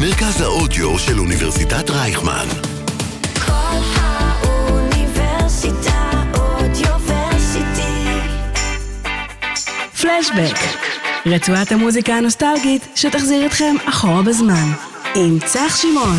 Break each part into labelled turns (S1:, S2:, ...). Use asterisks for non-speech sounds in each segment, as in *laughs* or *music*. S1: מרכז האודיו של אוניברסיטת רייכמן.
S2: כל האוניברסיטה אודיוורסיטי.
S3: פלשבק, רצועת המוזיקה הנוסטלגית שתחזיר אתכם אחורה בזמן, עם צח שמעון.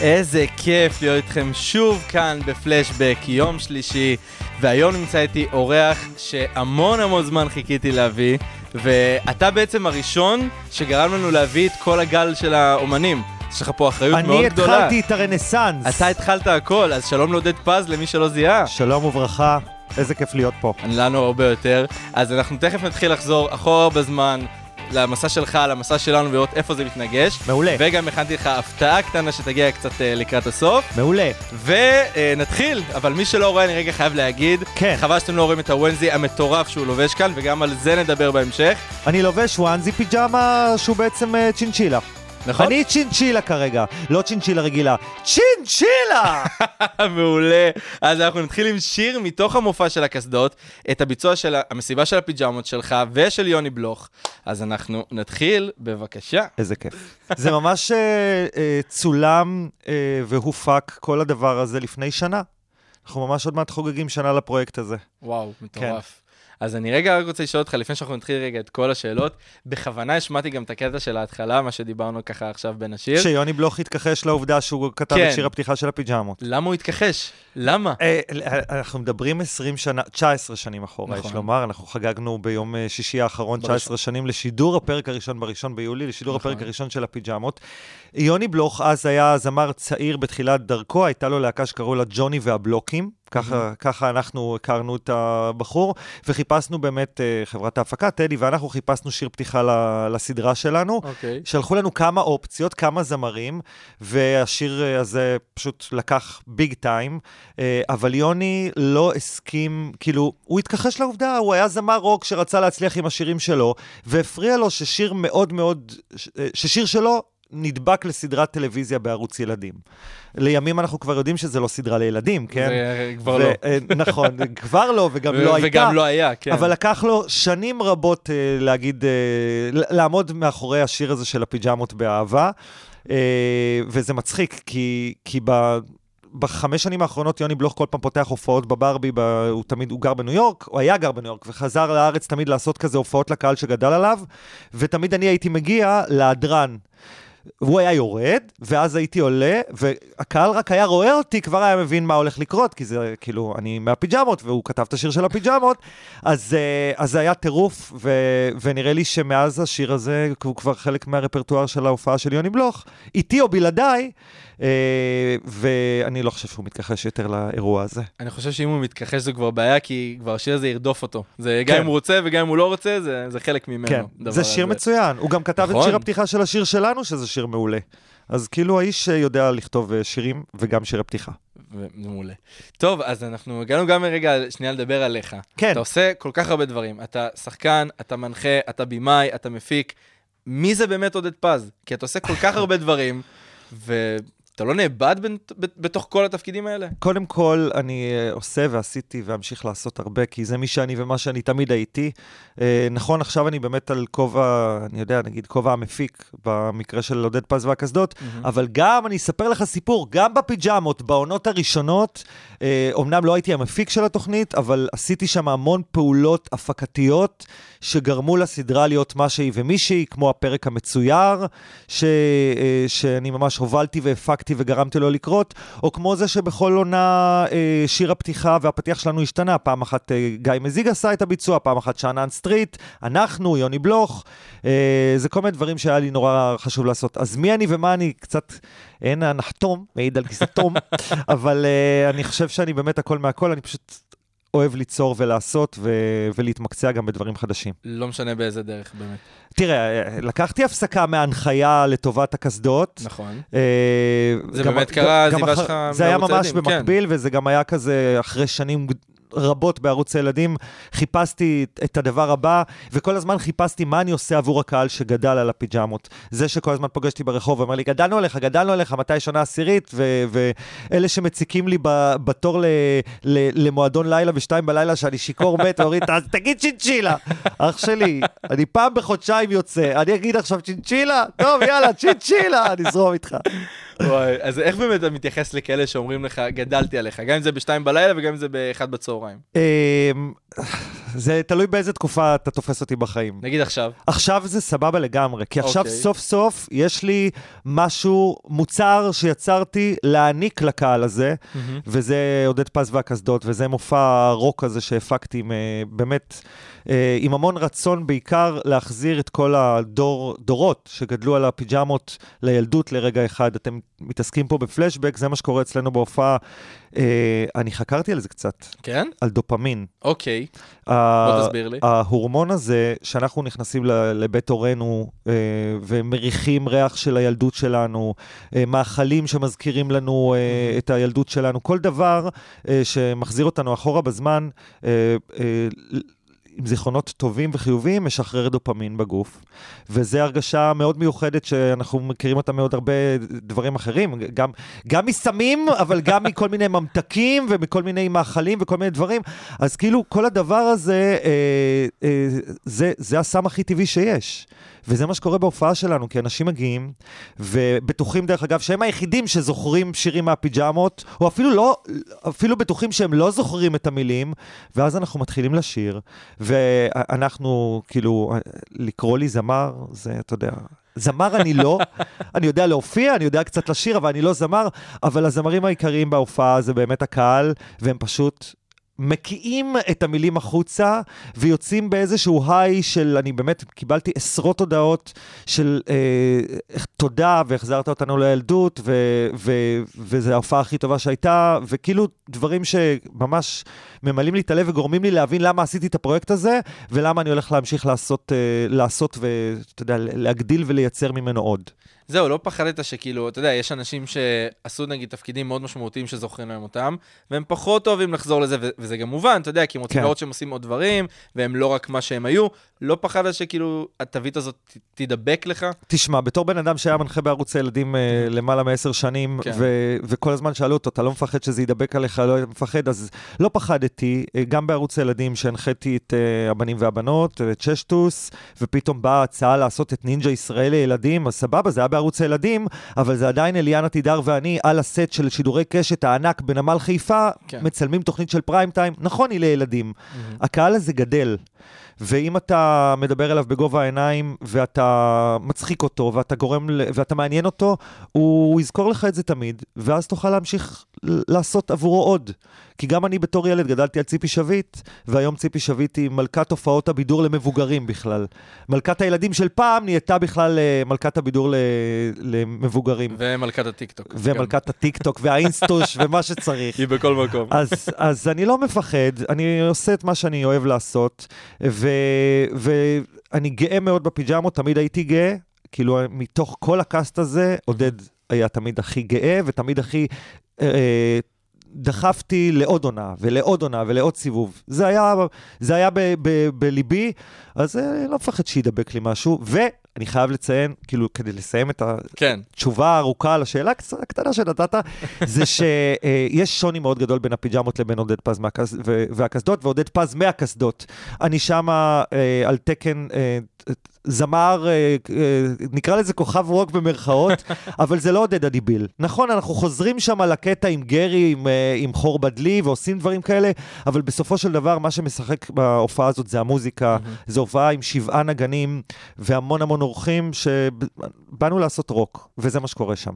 S4: איזה כיף להיות איתכם שוב כאן בפלשבק, יום שלישי, והיום נמצא איתי אורח שהמון המון זמן חיכיתי להביא, ואתה בעצם הראשון שגרם לנו להביא את כל הגל של האומנים. יש לך פה אחריות מאוד
S5: אני
S4: גדולה.
S5: התחלתי את הרנסאנס.
S4: אתה התחלת הכל, אז שלום לעודד פז למי שלא זיהה.
S5: שלום וברכה, איזה כיף להיות פה.
S4: לנו הרבה יותר. אז אנחנו תכף נתחיל לחזור אחורה בזמן. למסע שלך, למסע שלנו, ולראות איפה זה מתנגש.
S5: מעולה.
S4: וגם הכנתי לך הפתעה קטנה שתגיע קצת אה, לקראת הסוף.
S5: מעולה.
S4: ונתחיל, אבל מי שלא רואה, אני רגע חייב להגיד,
S5: כן.
S4: חבל שאתם לא רואים את הוונזי המטורף שהוא לובש כאן, וגם על זה נדבר בהמשך.
S5: אני לובש וואנזי פיג'מה שהוא בעצם אה, צ'ינצ'ילה.
S4: נכון?
S5: אני צ'ינצ'ילה כרגע, לא צ'ינצ'ילה רגילה.
S4: *laughs*
S5: צ'ינצ'ילה!
S4: *laughs* מעולה. אז אנחנו נתחיל עם שיר מתוך המופע של הקסדות, את הביצוע של ה- המסיבה של הפיג'מות שלך ושל יוני בלוך. אז אנחנו נתחיל, בבקשה.
S5: איזה כיף. זה ממש אה, אה, צולם אה, והופק כל הדבר הזה לפני שנה. אנחנו ממש עוד מעט חוגגים שנה לפרויקט הזה.
S4: וואו, מטורף. כן. אז אני רגע רק רוצה לשאול אותך, לפני שאנחנו נתחיל רגע את כל השאלות, בכוונה השמעתי גם את הקטע של ההתחלה, מה שדיברנו ככה עכשיו בין השיר.
S5: שיוני בלוך התכחש לעובדה שהוא כתב
S4: כן.
S5: את שיר הפתיחה של הפיג'מות.
S4: למה הוא התכחש? למה?
S5: אה, אנחנו מדברים 20 שנה, 19 שנים אחורה,
S4: נכון.
S5: יש לומר, אנחנו חגגנו ביום אה, שישי האחרון 19 שנים לשידור הפרק הראשון בראשון ביולי, לשידור
S4: נכון.
S5: הפרק הראשון של הפיג'מות. יוני בלוך אז היה זמר צעיר בתחילת דרכו, הייתה לו להקה שקראו לה ג'וני והבלוקים. ככה, ככה אנחנו הכרנו את הבחור, וחיפשנו באמת, אה, חברת ההפקה, טדי ואנחנו חיפשנו שיר פתיחה ל- לסדרה שלנו.
S4: אוקיי.
S5: שלחו לנו כמה אופציות, כמה זמרים, והשיר אה, הזה פשוט לקח ביג טיים, אה, אבל יוני לא הסכים, כאילו, הוא התכחש לעובדה, הוא היה זמר רוק שרצה להצליח עם השירים שלו, והפריע לו ששיר מאוד מאוד, ש- אה, ששיר שלו... נדבק לסדרת טלוויזיה בערוץ ילדים. לימים אנחנו כבר יודעים שזה לא סדרה לילדים, כן?
S4: זה כבר
S5: ו-
S4: לא.
S5: אה, נכון,
S4: *laughs*
S5: כבר לא, וגם
S4: ו-
S5: לא הייתה.
S4: וגם לא היה, כן.
S5: אבל לקח לו שנים רבות אה, להגיד, אה, ל- לעמוד מאחורי השיר הזה של הפיג'מות באהבה, אה, וזה מצחיק, כי, כי ב... בחמש שנים האחרונות יוני בלוך כל פעם פותח הופעות בברבי, ב... הוא תמיד, הוא גר בניו יורק, הוא היה גר בניו יורק, וחזר לארץ תמיד לעשות כזה הופעות לקהל שגדל עליו, ותמיד אני הייתי מגיע להדרן. הוא היה יורד, ואז הייתי עולה, והקהל רק היה רואה אותי, כבר היה מבין מה הולך לקרות, כי זה כאילו, אני מהפיג'מות, והוא כתב את השיר של הפיג'מות, אז, אה, אז זה היה טירוף, ו, ונראה לי שמאז השיר הזה, הוא כבר חלק מהרפרטואר של ההופעה של יוני בלוך, איתי או בלעדיי, אה, ואני לא חושב שהוא מתכחש יותר לאירוע הזה.
S4: אני חושב שאם הוא מתכחש זו כבר בעיה, כי כבר השיר הזה ירדוף אותו. זה גם
S5: כן.
S4: אם הוא רוצה וגם אם הוא לא רוצה, זה, זה חלק ממנו.
S5: כן,
S4: הדבר
S5: זה שיר
S4: הזה.
S5: מצוין, הוא גם כתב את
S4: נכון.
S5: שיר הפתיחה של השיר שלנו, שזה שיר מעולה. אז כאילו האיש אה, יודע לכתוב אה, שירים וגם שירי פתיחה.
S4: ו- זה מעולה. טוב, אז אנחנו הגענו גם רגע שנייה לדבר עליך.
S5: כן.
S4: אתה עושה כל כך הרבה דברים. אתה שחקן, אתה מנחה, אתה במאי, אתה מפיק. מי זה באמת עודד פז? כי אתה עושה כל
S5: *laughs*
S4: כך הרבה דברים, ואתה לא נאבד בין, ב, בתוך כל התפקידים האלה?
S5: קודם כל, אני אה, עושה ועשיתי ואמשיך לעשות הרבה, כי זה מי שאני ומה שאני תמיד הייתי. אה, נכון, עכשיו אני באמת על כובע, אני יודע, נגיד כובע המפיק, במקרה של עודד פז והקסדות,
S4: Mm-hmm.
S5: אבל גם, אני אספר לך סיפור, גם בפיג'מות, בעונות הראשונות, אה, אומנם לא הייתי המפיק של התוכנית, אבל עשיתי שם המון פעולות הפקתיות שגרמו לסדרה להיות מה שהיא ומישהי, כמו הפרק המצויר, ש, אה, שאני ממש הובלתי והפקתי וגרמתי לו לקרות, או כמו זה שבכל עונה אה, שיר הפתיחה והפתיח שלנו השתנה. פעם אחת אה, גיא מזיג עשה את הביצוע, פעם אחת שאנן סטריט, אנחנו, יוני בלוך. אה, זה כל מיני דברים שהיה לי נורא חשוב לעשות. אז מי אני ומה אני קצת, אין הנחתום, מעיד על כיסתום, אבל אה, אני חושב שאני באמת הכל מהכל, אני פשוט... אוהב ליצור ולעשות ו... ולהתמקצע גם בדברים חדשים.
S4: לא משנה באיזה דרך, באמת.
S5: תראה, אה, לקחתי הפסקה מההנחיה לטובת הקסדות,
S4: נכון.
S5: אה,
S4: זה
S5: גם-
S4: באמת
S5: גם-
S4: קרה,
S5: גם
S4: העזיבה
S5: אחר-
S4: שלך
S5: זה היה
S4: מערוץ
S5: ממש
S4: הילדים, כן.
S5: במקביל, וזה גם היה כזה אחרי שנים רבות בערוץ הילדים, חיפשתי את הדבר הבא, וכל הזמן חיפשתי מה אני עושה עבור הקהל שגדל על הפיג'מות. זה שכל הזמן פוגשתי ברחוב ואומר לי, גדלנו עליך, גדלנו עליך, מתי שנה עשירית? ו- ואלה שמציקים לי ב- בתור ל- ל- למועדון לילה בשתיים בלילה, שאני שיכור מת, *laughs* ואומרים, אז תגיד צ'ינצ'ילה. אח שלי, אני פעם בחודשיים יוצא, אני אגיד עכשיו צ'ינצ'ילה? טוב, יאללה, צ'ינצ'ילה, אני אזרום איתך.
S4: וואי, אז איך באמת אתה מתייחס לכאלה שאומרים לך, גדלתי עליך, גם אם זה בשתיים בלילה וגם אם זה באחד בצהריים?
S5: אמ, זה תלוי באיזה תקופה אתה תופס אותי בחיים.
S4: נגיד עכשיו.
S5: עכשיו זה סבבה לגמרי, כי עכשיו okay.
S4: אוקיי.
S5: סוף סוף יש לי משהו, מוצר שיצרתי להעניק לקהל הזה, mm-hmm. וזה עודד פז והקסדות, וזה מופע הרוק הזה שהפקתי עם, אה, באמת, אה, עם המון רצון בעיקר להחזיר את כל הדור, דורות שגדלו על הפיג'מות לילדות לרגע אחד. אתם מתעסקים פה בפלשבק, זה מה שקורה אצלנו בהופעה. אה, אני חקרתי על זה קצת,
S4: כן?
S5: על דופמין.
S4: אוקיי.
S5: ה-
S4: תסביר לי.
S5: ההורמון הזה, שאנחנו נכנסים ל- לבית הורינו אה, ומריחים ריח של הילדות שלנו, אה, מאכלים שמזכירים לנו אה, את הילדות שלנו, כל דבר אה, שמחזיר אותנו אחורה בזמן, אה, אה, עם זיכרונות טובים וחיוביים, משחרר דופמין בגוף. וזו הרגשה מאוד מיוחדת שאנחנו מכירים אותה מעוד הרבה דברים אחרים, גם, גם מסמים, אבל גם מכל מיני ממתקים ומכל מיני מאכלים וכל מיני דברים. אז כאילו, כל הדבר הזה, אה, אה, זה, זה הסם הכי טבעי שיש. וזה מה שקורה בהופעה שלנו, כי אנשים מגיעים, ובטוחים, דרך אגב, שהם היחידים שזוכרים שירים מהפיג'מות, או אפילו לא, אפילו בטוחים שהם לא זוכרים את המילים, ואז אנחנו מתחילים לשיר, ואנחנו, כאילו, לקרוא לי זמר, זה, אתה יודע... זמר אני לא, אני יודע להופיע, אני יודע קצת לשיר, אבל אני לא זמר, אבל הזמרים העיקריים בהופעה זה באמת הקהל, והם פשוט מקיאים את המילים החוצה ויוצאים באיזשהו היי של, אני באמת קיבלתי עשרות הודעות של אה, איך- תודה והחזרת אותנו לילדות ו, ו, וזו ההופעה הכי טובה שהייתה וכאילו דברים שממש ממלאים לי את הלב וגורמים לי להבין למה עשיתי את הפרויקט הזה ולמה אני הולך להמשיך לעשות, אה, לעשות ואתה יודע, להגדיל ולייצר ממנו עוד.
S4: זהו, לא פחדת שכאילו, אתה יודע, יש אנשים שעשו נגיד תפקידים מאוד משמעותיים שזוכרים להם אותם, והם פחות אוהבים לחזור לזה, ו- וזה גם מובן, אתה יודע, כי הם רוצים
S5: כן.
S4: לראות שהם עושים עוד דברים, והם לא רק מה שהם היו. לא פחדת שכאילו התווית הזאת ת- תידבק לך?
S5: תשמע, בתור בן אדם שהיה מנחה בערוץ הילדים אה, למעלה מעשר שנים,
S4: כן.
S5: ו- וכל הזמן שאלו אותו, אתה לא מפחד שזה ידבק עליך, לא היית מפחד, אז לא פחדתי. אה, גם בערוץ הילדים, שהנחיתי את אה, הבנים והבנות, אה, את ששטוס, ופתאום באה הצעה לעשות את נינג'ה ישראל לילדים, אז סבבה, זה היה בערוץ הילדים, אבל זה עדיין אליאנה תידר ואני על הסט של שידורי קשת הענק בנמל חיפה,
S4: כן.
S5: מצלמים תוכנית של פריים טיים, נכון, היא לילדים. הקהל הזה גדל. ואם אתה מדבר אליו בגובה העיניים, ואתה מצחיק אותו, ואתה גורם, ל- ואתה מעניין אותו, הוא יזכור לך את זה תמיד, ואז תוכל להמשיך ל- לעשות עבורו עוד. כי גם אני בתור ילד גדלתי על ציפי שביט, והיום ציפי שביט היא מלכת הופעות הבידור למבוגרים בכלל. מלכת הילדים של פעם נהייתה בכלל אה, מלכת הבידור ל- למבוגרים.
S4: ומלכת הטיקטוק. גם.
S5: ומלכת הטיקטוק והאינסטוש ומה שצריך.
S4: היא בכל מקום.
S5: אז, אז אני לא מפחד, אני עושה את מה שאני אוהב לעשות, ו, ואני גאה מאוד בפיג'מות, תמיד הייתי גאה, כאילו מתוך כל הקאסט הזה, עודד היה תמיד הכי גאה, ותמיד הכי... אה, דחפתי לעוד עונה, ולעוד עונה, ולעוד סיבוב. זה היה, זה היה ב, ב, בליבי, אז אה, לא מפחד שידבק לי משהו. ואני חייב לציין, כאילו, כדי לסיים את, ה,
S4: כן.
S5: תשובה ארוכה על השאלה הקצ- הקטנה שנתת, זה שיש שוני מאוד גדול בין הפיג'מות לבין עודד פז מהקס- ו- והקסדות, ועודד פז מהקסדות. אני שמה אה, על תקן אה, ת- ת- זמר, אה, אה, נקרא לזה כוכב רוק
S4: *laughs*
S5: במרכאות, אבל זה לא עודד אדיביל. נכון, אנחנו חוזרים שם לקטע עם גרי, עם, אה, עם חור בדלי, ועושים דברים כאלה, אבל בסופו של דבר מה שמשחק בהופעה הזאת זה המוזיקה. זו הופעה עם שבעה נגנים והמון המון אורחים, שבאנו לעשות רוק, וזה מה שקורה שם.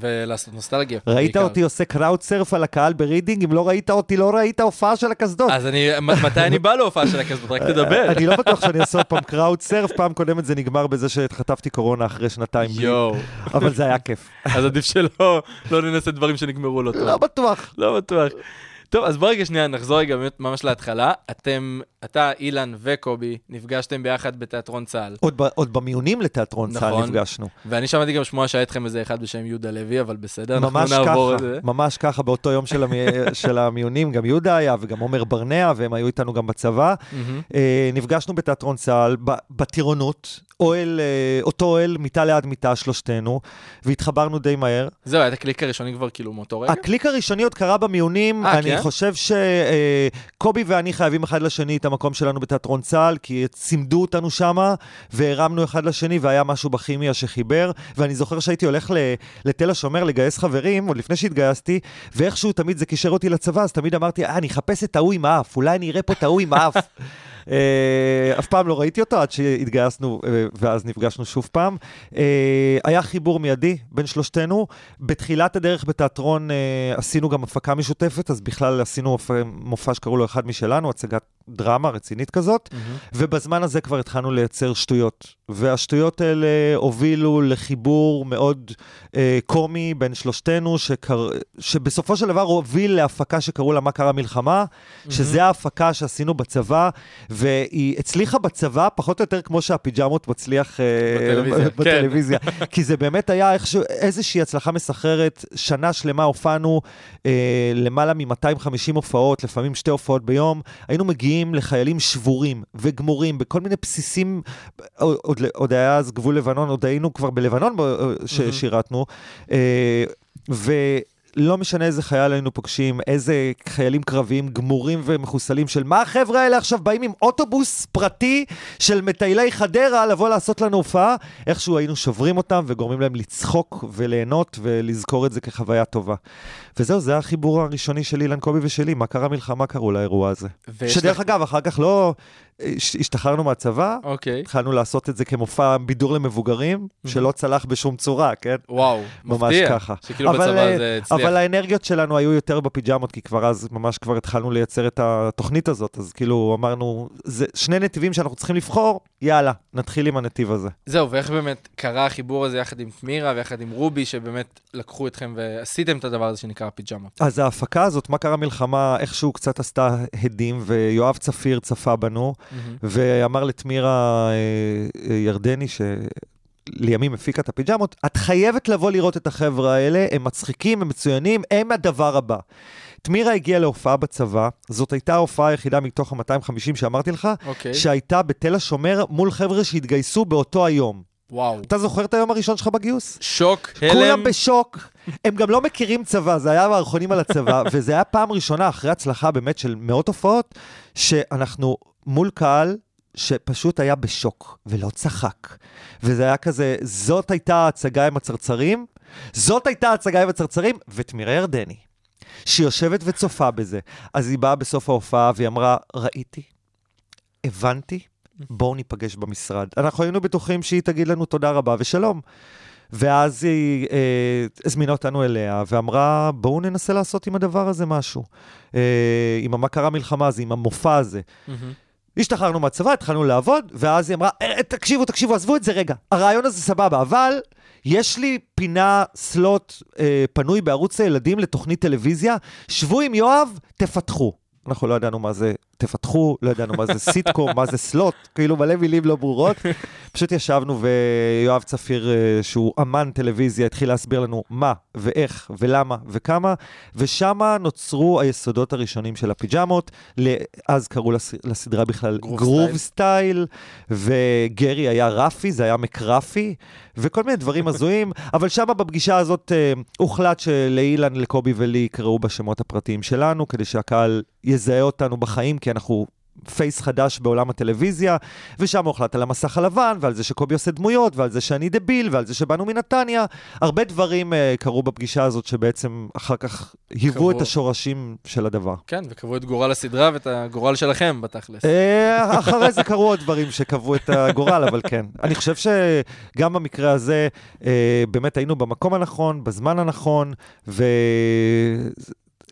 S4: ולעשות נוסטלגיה.
S5: ראית
S4: בעיקר.
S5: אותי עושה קראוד סרף על הקהל ברידינג? אם לא ראית אותי, לא ראית הופעה של הקסדות.
S4: *laughs* אז אני, מ- מתי אני בא להופעה של הכספות? רק תדבר.
S5: אני לא בטוח שאני אעשה עוד פעם קראוד סרף, פעם קודמת זה נגמר בזה שחטפתי קורונה אחרי שנתיים. בלי.
S4: יואו.
S5: אבל זה היה כיף.
S4: אז עדיף שלא לא ננסה דברים שנגמרו לא טוב.
S5: לא בטוח.
S4: לא בטוח. טוב, אז בוא רגע שנייה, נחזור רגע באמת ממש להתחלה. אתם, אתה, אילן וקובי, נפגשתם ביחד בתיאטרון צה"ל.
S5: עוד, ב, עוד במיונים לתיאטרון צה"ל
S4: נכון.
S5: נפגשנו.
S4: ואני שמעתי גם שמועה שהיה איתכם איזה אחד בשם יהודה לוי, אבל בסדר, אנחנו
S5: ממש
S4: נעבור את
S5: ככה,
S4: זה.
S5: ממש ככה, באותו יום של, המי... *laughs* של המיונים, גם יהודה היה וגם עומר ברנע, והם היו איתנו גם בצבא.
S4: מהמם.
S5: אה, נפגשנו בתיאטרון צה"ל, ב- בטירונות, אוהל, אה, אותו אוהל, מיטה ליד מיטה, שלושתנו, והתחברנו די מהר.
S4: זהו, היה את הקליק הראשוני כבר כאילו מאותו רגע?
S5: הקליק הראשוני עוד קרה במיונים,
S4: אה,
S5: אני
S4: כן?
S5: חושב שקובי ואני חייבים אחד לשני את המקום שלנו בתיאטרון צה"ל, כי צימדו אותנו שמה, והרמנו אחד לשני, והיה משהו בכימיה שחיבר, ואני זוכר שהייתי הולך ל- לתל השומר לגייס חברים, עוד לפני שהתגייסתי, ואיכשהו תמיד זה קישר אותי לצבא, אז תמיד אמרתי, אה, אני אחפש את ההוא עם האף, אולי אני אראה פה את ההוא עם
S4: *laughs*
S5: האף. אה, אף פעם לא ראיתי אותו עד שהתגייסנו אה, ואז נפגשנו שוב פעם. אה, היה חיבור מיידי בין שלושתנו. בתחילת הדרך בתיאטרון אה, עשינו גם הפקה משותפת, אז בכלל עשינו מופע- מופע שקראו לו אחד משלנו, הצגת דרמה רצינית כזאת, ובזמן הזה כבר התחלנו לייצר שטויות. והשטויות האלה הובילו לחיבור מאוד אה, קומי בין שלושתנו, שקר... שבסופו של דבר הוביל להפקה שקראו לה מה קרה מלחמה, שזה ההפקה שעשינו בצבא, והיא הצליחה בצבא פחות או יותר כמו שהפיג'מות מצליח אה,
S4: בטלוויזיה, כן.
S5: *laughs* בטלוויזיה. כי זה באמת היה איכשהו, איזושהי הצלחה מסחררת. שנה שלמה הופענו אה, למעלה מ-250 הופעות, לפעמים שתי הופעות ביום. היינו מגיעים לחיילים שבורים וגמורים בכל מיני בסיסים, עוד, עוד, עוד היה אז גבול לבנון, עוד היינו כבר בלבנון ב- ששירתנו. אה, ו... לא משנה איזה חייל היינו פוגשים, איזה חיילים קרביים גמורים ומחוסלים של מה החבר'ה האלה עכשיו באים עם אוטובוס פרטי של מטיילי חדרה לבוא לעשות לנו הופעה, איכשהו היינו שוברים אותם וגורמים להם לצחוק וליהנות ולזכור את זה כחוויה טובה. וזהו, זה החיבור הראשוני של אילן קובי ושלי, מה קרה מלחמה קראו לאירוע הזה.
S4: ויש
S5: שדרך
S4: לך-
S5: אגב, אחר כך לא... הש- השתחררנו מהצבא,
S4: אוקיי.
S5: התחלנו לעשות את זה כמופע בידור למבוגרים, שלא צלח בשום צורה, כן?
S4: וואו,
S5: ממש
S4: מפתיע.
S5: ככה.
S4: שכאילו
S5: אבל,
S4: בצבא
S5: אה,
S4: זה הצליח.
S5: אבל האנרגיות שלנו היו יותר בפיג'מות, כי כבר אז ממש כבר התחלנו לייצר את התוכנית הזאת, אז כאילו אמרנו, זה שני נתיבים שאנחנו צריכים לבחור, יאללה, נתחיל עם הנתיב הזה.
S4: זהו, ואיך באמת קרה החיבור הזה יחד עם תמירה ויחד עם רובי, שבאמת לקחו אתכם ועשיתם את הדבר הזה שנקרא פיג'מות.
S5: אז ההפקה הזאת, מה קרה מלחמה, איכשהו קצת עשתה הדים, ויואב צפיר צפה בנו, ואמר לתמירה אה, אה, ירדני, ש... לימים הפיקה את הפיג'מות, את חייבת לבוא לראות את החבר'ה האלה, הם מצחיקים, הם מצוינים, הם הדבר הבא. תמירה הגיעה להופעה בצבא, זאת הייתה ההופעה היחידה מתוך ה-250 שאמרתי לך,
S4: אוקיי.
S5: שהייתה בתל השומר מול חבר'ה שהתגייסו באותו היום.
S4: וואו.
S5: אתה זוכר את היום הראשון שלך בגיוס?
S4: שוק, הלם.
S5: כולם בשוק, הם גם לא מכירים צבא, זה היה מערכונים על הצבא, *laughs* וזה היה פעם ראשונה אחרי הצלחה באמת של מאות הופעות, שאנחנו מול קהל שפשוט היה בשוק ולא צחק. וזה היה כזה, זאת הייתה ההצגה עם הצרצרים, זאת הייתה ההצגה עם הצרצרים, ותמירה ירדני, שיושבת וצופה בזה. אז היא באה בסוף ההופעה והיא אמרה, ראיתי, הבנתי, בואו ניפגש במשרד. אנחנו היינו בטוחים שהיא תגיד לנו תודה רבה ושלום. ואז היא אה, הזמינה אותנו אליה ואמרה, בואו ננסה לעשות עם הדבר הזה משהו. אה, עם מה קרה מלחמה הזה, עם המופע הזה. השתחררנו מהצבא, התחלנו לעבוד, ואז היא אמרה, "אה, תקשיבו, תקשיבו, עזבו את זה רגע. הרעיון הזה סבבה, אבל יש לי פינה, סלוט, אה, פנוי בערוץ הילדים לתוכנית טלוויזיה, שבו עם יואב, תפתחו. אנחנו לא ידענו מה זה תפתחו, לא ידענו מה זה סיטקום, מה זה סלוט, כאילו מלא מילים לא ברורות. פשוט ישבנו ויואב צפיר, אה, שהוא אמן טלוויזיה, התחיל להסביר לנו מה ואיך ולמה וכמה, ושמה נוצרו היסודות הראשונים של הפיג'מות. ל- אז קראו לס- לסדרה בכלל
S4: גרוב
S5: גרוב סטייל, וגרי היה רפי, זה היה מקרפי, וכל מיני דברים הזויים, אבל שמה בפגישה הזאת אה, הוחלט שלאילן, לקובי ולי יקראו בשמות הפרטיים שלנו, כדי שהקהל יזהה אותנו בחיים, כי אנחנו... פייס חדש בעולם הטלוויזיה, ושם הוחלט על המסך הלבן, ועל זה שקובי עושה דמויות, ועל זה שאני דביל, ועל זה שבאנו מנתניה. הרבה דברים uh, קרו בפגישה הזאת, שבעצם אחר כך היוו
S4: קרו.
S5: את השורשים של הדבר.
S4: כן, וקבעו את גורל הסדרה ואת הגורל שלכם בתכלס.
S5: אה, אחרי זה קרו עוד דברים שקבעו את הגורל, אבל כן. אני חושב שגם במקרה הזה, אה, באמת היינו במקום הנכון, בזמן הנכון, ו...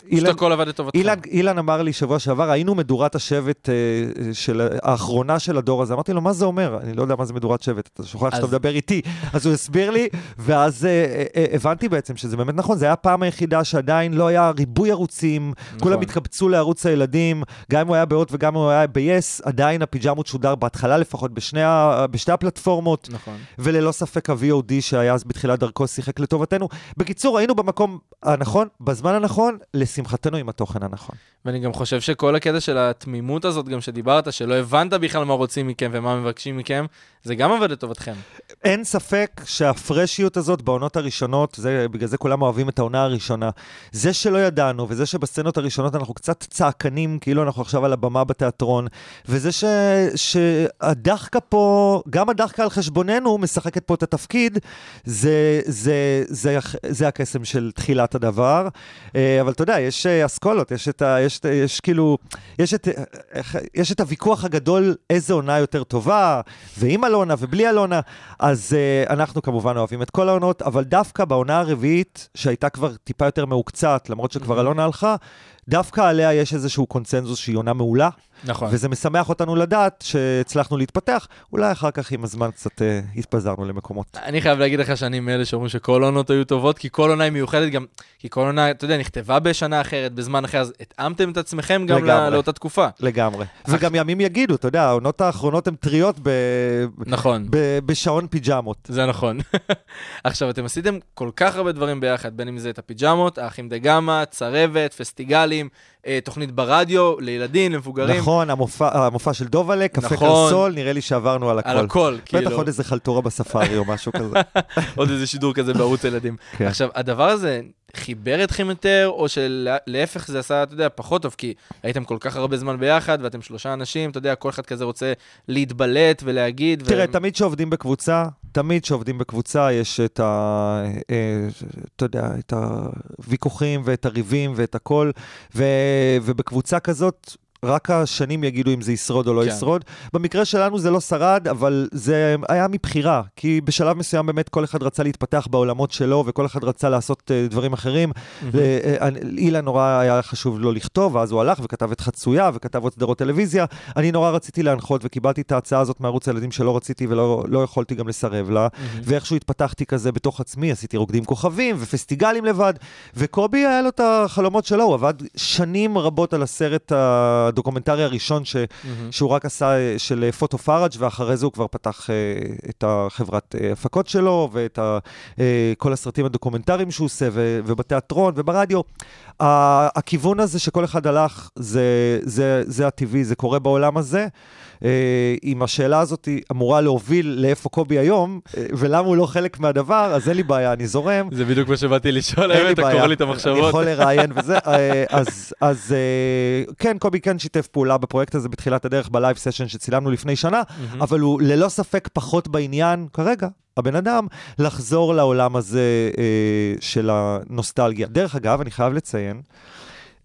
S4: פשוט
S5: אילן-
S4: הכל עבד לטובתך.
S5: אילן, אילן אמר לי שבוע שעבר, היינו מדורת השבט אה, אה, של, האחרונה של הדור הזה. אמרתי לו, מה זה אומר? אני לא יודע מה זה מדורת שבט, אתה שוכח
S4: אז-
S5: שאתה מדבר איתי. אז הוא הסביר לי, ואז אה, אה, אה, הבנתי בעצם שזה באמת נכון, זו הייתה הפעם היחידה שעדיין לא היה ריבוי ערוצים, כולם התקבצו לערוץ הילדים, גם אם הוא היה בהוט וגם אם הוא היה ב-yes, עדיין הפיג'מות שודר בהתחלה לפחות בשני, ה- בשתי הפלטפורמות.
S4: נכון.
S5: וללא ספק ה-VOD שהיה אז בתחילת דרכו שיחק לטובתנו. בקיצור, היינו במקום הנכון, בזמן הנכון, לשמחתנו עם התוכן הנכון.
S4: ואני גם חושב שכל הקטע של התמימות הזאת, גם שדיברת, שלא הבנת בכלל מה רוצים מכם ומה מבקשים מכם, זה גם עבד לטובתכם.
S5: אין ספק שהפרשיות הזאת בעונות הראשונות, זה, בגלל זה כולם אוהבים את העונה הראשונה. זה שלא ידענו, וזה שבסצנות הראשונות אנחנו קצת צעקנים, כאילו אנחנו עכשיו על הבמה בתיאטרון, וזה ש, שהדחקה פה, גם הדחקה על חשבוננו משחקת פה את התפקיד, זה, זה, זה, זה, זה הקסם של תחילת הדבר. אה, אבל אתה יודע, יש אה, אסכולות, יש את ה... יש, את- יש כאילו... יש את, איך- יש את הוויכוח הגדול איזה עונה יותר טובה, ועם אלונה ובלי אלונה, אז אה, אנחנו כמובן אוהבים את כל העונות, אבל דווקא בעונה הרביעית, שהייתה כבר טיפה יותר מעוקצת, למרות שכבר אלונה הלכה, דווקא עליה יש איזשהו קונצנזוס שהיא עונה מעולה,
S4: נכון.
S5: וזה משמח אותנו לדעת שהצלחנו להתפתח, אולי אחר כך עם הזמן קצת אה, התפזרנו למקומות.
S4: אני חייב להגיד לך שאני מאלה שאומרים שכל עונות היו טובות, כי כל עונה היא מיוחדת גם, כי כל עונה, אתה יודע, נכתבה בשנה אחרת, בזמן אחר, אז התאמתם את עצמכם גם
S5: לגמרי.
S4: לא, לאותה תקופה.
S5: לגמרי. וגם ימים יגידו, אתה יודע, העונות האחרונות הן טריות ב...
S4: נכון.
S5: ב... בשעון פיג'מות.
S4: זה נכון. *laughs* עכשיו, אתם עשיתם כל כך הרבה דברים ביחד, בין אם זה את הפיג'מות, האחים דה גמא, צרבת, פסטיגלים, אה, תוכנית ברדיו, לילדים, למבוגרים.
S5: נכון, המופע, המופע של דובלה, קפה
S4: נכון.
S5: קרסול, נראה לי שעברנו על הכל.
S4: על הכל, כאילו.
S5: בטח עוד איזה חלטורה בספארי או משהו
S4: *laughs*
S5: כזה.
S4: עוד איזה שידור כזה בערוץ הילדים.
S5: כן.
S4: עכשיו, הדבר הזה חיבר אתכם יותר, או שלהפך זה עשה, אתה יודע, פחות טוב, כי הייתם כל כך הרבה זמן ביחד, ואתם שלושה אנשים, אתה יודע, כל אחד כזה רוצה להתבלט ולהגיד. ו-
S5: תראה, תמיד כשעובדים בקבוצה, תמיד כשעובדים בקבוצה יש את ה... אה, אתה יודע, את הוויכוחים ואת הריבים ואת הכל, ו, ובקבוצה כזאת... רק השנים יגידו אם זה ישרוד או לא
S4: כן.
S5: כן. ישרוד. במקרה שלנו זה לא שרד, אבל זה היה מבחירה, כי בשלב מסוים באמת כל אחד רצה להתפתח בעולמות שלו, וכל אחד רצה לעשות אה, דברים אחרים. ל- אה, אני- אילן נורא היה חשוב לו לכתוב, ואז הוא הלך וכתב את חצויה, וכתב עוד סדרות טלוויזיה. אני נורא רציתי להנחות, וקיבלתי את ההצעה הזאת מערוץ הילדים שלא רציתי ולא לא יכולתי גם לסרב לה. ואיכשהו התפתחתי כזה בתוך עצמי, עשיתי רוקדים כוכבים ופסטיגלים לבד. וקובי היה לו את החלומות שלו, הוא עבד שנים רבות על הסרט הדוקומנטרי הראשון ש... שהוא רק עשה אה, של אה, פוטו פאראג' ואחרי זה הוא כבר פתח אה, את החברת אה, הפקות שלו ואת ה, אה, כל הסרטים הדוקומנטריים שהוא עושה ו, ובתיאטרון וברדיו. ה- הכיוון הזה שכל אחד הלך, זה, זה, זה הטבעי, זה קורה בעולם הזה. אה, אם השאלה הזאת היא אמורה להוביל לאיפה קובי היום, אה, ולמה הוא לא חלק מהדבר, אז אין לי בעיה, אני זורם.
S4: זה בדיוק מה שבאתי לשאול,
S5: אין לי
S4: האמת, אתה
S5: בעיה.
S4: קורא לי את
S5: אני
S4: המחשבות.
S5: יכול לראיין וזה. אה, אז, אז אה, כן, קובי כן שיתף פעולה בפרויקט הזה בתחילת הדרך, בלייב סשן שצילמנו לפני שנה, אבל הוא ללא ספק פחות בעניין כרגע. הבן אדם, לחזור לעולם הזה אה, של הנוסטלגיה. דרך אגב, אני חייב לציין,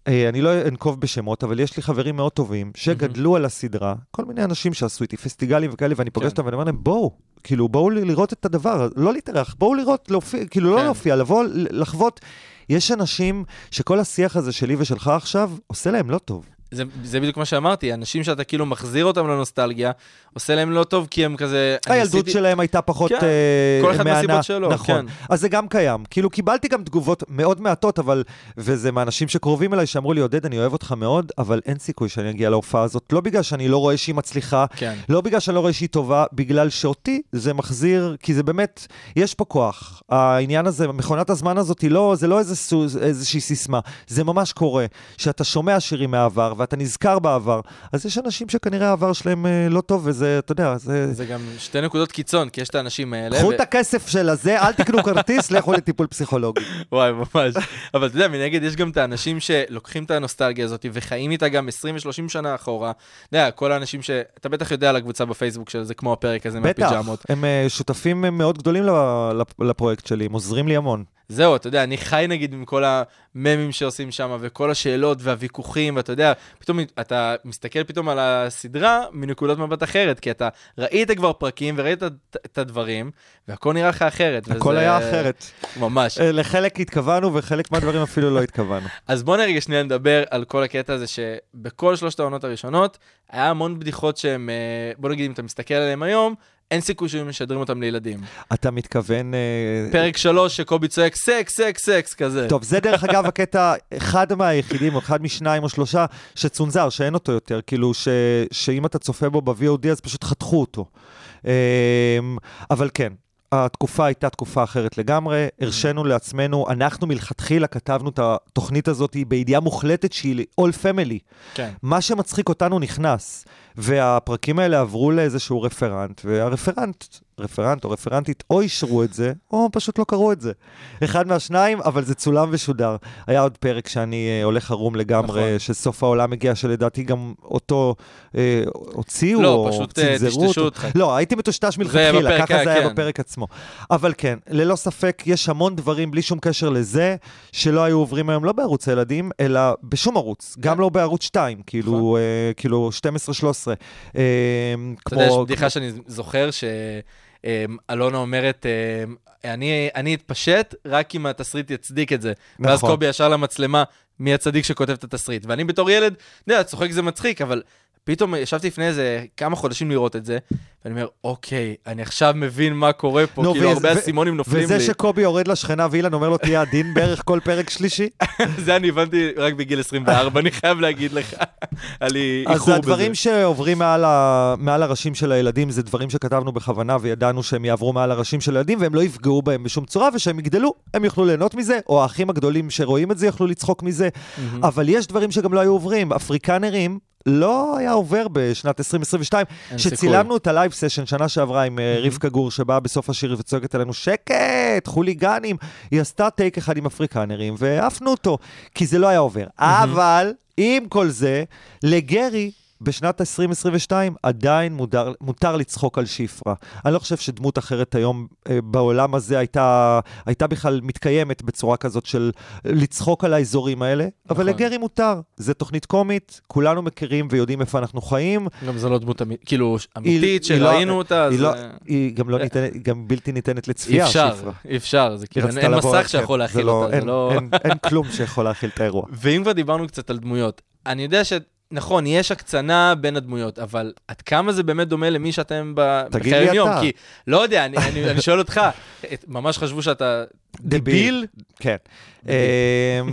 S5: אה, אני לא אנקוב בשמות, אבל יש לי חברים מאוד טובים שגדלו על הסדרה, כל מיני אנשים שעשו איתי פסטיגלים וכאלה, ואני פוגש
S4: כן.
S5: אותם ואני אומר להם, בואו, כאילו, בואו ל- לראות את הדבר, לא להתארח, בואו לראות, להופיע, כאילו,
S4: כן.
S5: לא להופיע, לבוא, ל- לחוות. יש אנשים שכל השיח הזה שלי ושלך עכשיו, עושה להם לא טוב.
S4: זה, זה בדיוק מה שאמרתי, אנשים שאתה כאילו מחזיר אותם לנוסטלגיה, עושה להם לא טוב כי הם כזה... אני
S5: הילדות
S4: עשיתי-
S5: שלהם הייתה פחות
S4: כן,
S5: אה,
S4: כל אחד
S5: מהנה.
S4: מהסיבות שלו,
S5: נכון.
S4: כן.
S5: אז זה גם קיים. כאילו, קיבלתי גם תגובות מאוד מעטות, אבל... וזה מאנשים שקרובים אליי שאמרו לי, עודד, אני אוהב אותך מאוד, אבל אין סיכוי שאני אגיע להופעה הזאת. לא בגלל שאני לא רואה שהיא מצליחה,
S4: כן.
S5: לא בגלל שאני לא רואה שהיא טובה, בגלל שאותי זה מחזיר, כי זה באמת, יש פה כוח. העניין הזה, מכונת הזמן הזאת, היא לא, זה לא איזה סוז, איזושהי סיסמה, זה ממש קורה. שאתה שומע שירים מהעבר, ואתה נזכר בעבר, אז יש אנשים שכנראה העבר שלהם אה, לא טוב, וזה, אתה יודע, זה...
S4: זה גם שתי נקודות קיצון, כי יש את האנשים האלה.
S5: קחו
S4: ו-
S5: את הכסף של הזה, אל תקנו כרטיס, *laughs* לכו לטיפול פסיכולוגי.
S4: וואי, ממש. אבל אתה יודע, מנגד יש גם את האנשים שלוקחים את הנוסטלגיה הזאת וחיים איתה גם 20 ו-30 שנה אחורה. אתה יודע, כל האנשים ש... אתה בטח יודע על הקבוצה בפייסבוק של זה, כמו הפרק הזה
S5: בטח,
S4: מהפיג'מות.
S5: הם אה, שותפים אה, מאוד גדולים ל- לפ- לפרויקט שלי, הם עוזרים לי המון.
S4: זהו, אתה יודע, אני חי נגיד עם כל הממים שעושים שם, וכל השאלות והוויכוחים, ואתה יודע, פתאום אתה מסתכל פתאום על הסדרה מנקודת מבט אחרת, כי אתה ראית כבר פרקים וראית את- את הדברים, והכל נראה לך אחרת.
S5: הכל
S4: וזה-
S5: היה אחרת.
S4: ממש.
S5: אה, לחלק התכוונו וחלק מהדברים אפילו לא התכוונו.
S4: אז בואו נרגע שנייה נדבר על כל הקטע הזה שבכל שלושת העונות הראשונות, היה המון בדיחות שהן, אה, בוא נגיד, אם אתה מסתכל עליהן היום, אין סיכוי שהיו משדרים אותם לילדים.
S5: *laughs* אתה מתכוון... אה,
S4: פרק שלוש שקובי צועק סקס, סקס, סקס, כזה.
S5: טוב, זה דרך אגב הקטע, אחד מהיחידים, או אחד משניים או שלושה, שצונזר, שאין אותו יותר, כאילו, ש, שאם אתה צופה בו ב-VOD, אז פשוט חתכו אותו. אמ, אבל כן. התקופה הייתה תקופה אחרת לגמרי, הרשינו לעצמנו, אנחנו מלכתחילה כתבנו את התוכנית הזאת בידיעה מוחלטת שהיא all family.
S4: כן.
S5: מה שמצחיק אותנו נכנס, והפרקים האלה עברו לאיזשהו רפרנט, והרפרנט, רפרנט או רפרנטית, או אישרו את זה, או פשוט לא קראו את זה. אחד מהשניים, אבל זה צולם ושודר. היה עוד פרק שאני אה, הולך ערום לגמרי,
S4: נכון.
S5: נכון. שסוף העולם הגיע, שלדעתי גם אותו אה, הוציאו,
S4: לא,
S5: או
S4: פשוט, אה,
S5: צנזרו
S4: טשטשו
S5: אותו.
S4: אותך.
S5: לא, הייתי מטושטש
S4: בפרק
S5: מלכתחילה, ככה זה היה
S4: כן.
S5: בפרק עצמו. אבל כן, ללא ספק, יש המון דברים, בלי שום קשר לזה, שלא היו עוברים היום לא בערוץ הילדים, אלא בשום ערוץ, גם לא בערוץ 2, כאילו, אה, כאילו 12-13. אה,
S4: נכון. אתה יודע, יש
S5: כמו-
S4: בדיחה שאני זוכר ש... אמ, אלונה אומרת, אמ, אני, אני אתפשט רק אם התסריט יצדיק את זה. נכון. ואז
S5: נכון.
S4: קובי ישר למצלמה, מי הצדיק שכותב את התסריט. ואני בתור ילד, אתה יודע, צוחק זה מצחיק, אבל פתאום ישבתי לפני איזה כמה חודשים לראות את זה, ואני אומר, אוקיי, אני עכשיו מבין מה קורה פה,
S5: נו,
S4: כאילו
S5: וזה-
S4: הרבה
S5: ו-
S4: אסימונים נופלים
S5: וזה
S4: לי.
S5: שקובי יורד לשכנה ואילן אומר לו, תהיה עדין בערך כל פרק שלישי.
S4: *laughs* זה אני הבנתי רק בגיל 24, אני חייב להגיד לך, *laughs* היה לי איחור
S5: אז
S4: בזה.
S5: הדברים שעוברים מעל, ה... מעל הראשים של הילדים זה דברים שכתבנו בכוונה וידענו שהם יעברו מעל הראשים של הילדים והם לא יפגעו בהם בשום צורה ושהם יגדלו, הם יוכלו ליהנות מזה, או האחים הגדולים שרואים את זה יוכלו לצחוק מזה, אבל יש דברים שגם לא היו עוברים. אפריקנרים לא היה עובר בשנת 2022,
S4: אין
S5: שצילמנו את הלייב סשן שנה שעברה עם אה, רבקה גור שבאה בסוף השיר וצועקת עלינו שקט, חוליגנים, היא עשתה טייק אחד עם אפריקנרים והעפנו אותו, כי זה לא היה עובר. אבל עם כל זה, לגרי... בשנת 2022 עדיין מותר, מותר לצחוק על שפרה. אני לא חושב שדמות אחרת היום אה, בעולם הזה הייתה, הייתה בכלל מתקיימת בצורה כזאת של אה, לצחוק על האזורים האלה, נכון. אבל
S4: נכון.
S5: לגרי מותר. זו תוכנית קומית, כולנו מכירים ויודעם איפה אנחנו חיים,
S4: גם זו לא דמות אמית- כאילו אמיתית,
S5: היא לא-
S4: שראינו אותה, אז...
S5: היא, לא,
S4: אה,
S5: היא גם לא ניתנת, היא גם בלתי ניתנת
S4: אי
S5: לצפייה,
S4: אפשר,
S5: שפרה.
S4: אי אפשר, זה
S5: היא
S4: כאילו, אין
S5: רצתה
S4: אין
S5: לבוא,
S4: מסך
S5: כן,
S4: שיכול
S5: זה
S4: להכיל
S5: לא-
S4: אותה, זה
S5: אין-
S4: לא...
S5: אין- אין כלום שיכול להכיל
S4: *laughs*
S5: את האירוע.
S4: ואם כבר דיברנו קצת על דמויות, אני יודע שנכון, יש הקצנה בין הדמויות, אבל עד כמה זה באמת דומה למי שאתם ב-
S5: תגיד
S4: בחיי
S5: לי
S4: היום?
S5: אתה.
S4: כי, לא יודע, אני- אני אני שואל אותך, את- ממש חשבו
S5: *laughs*
S4: שאתה דביל?
S5: כן. אמ,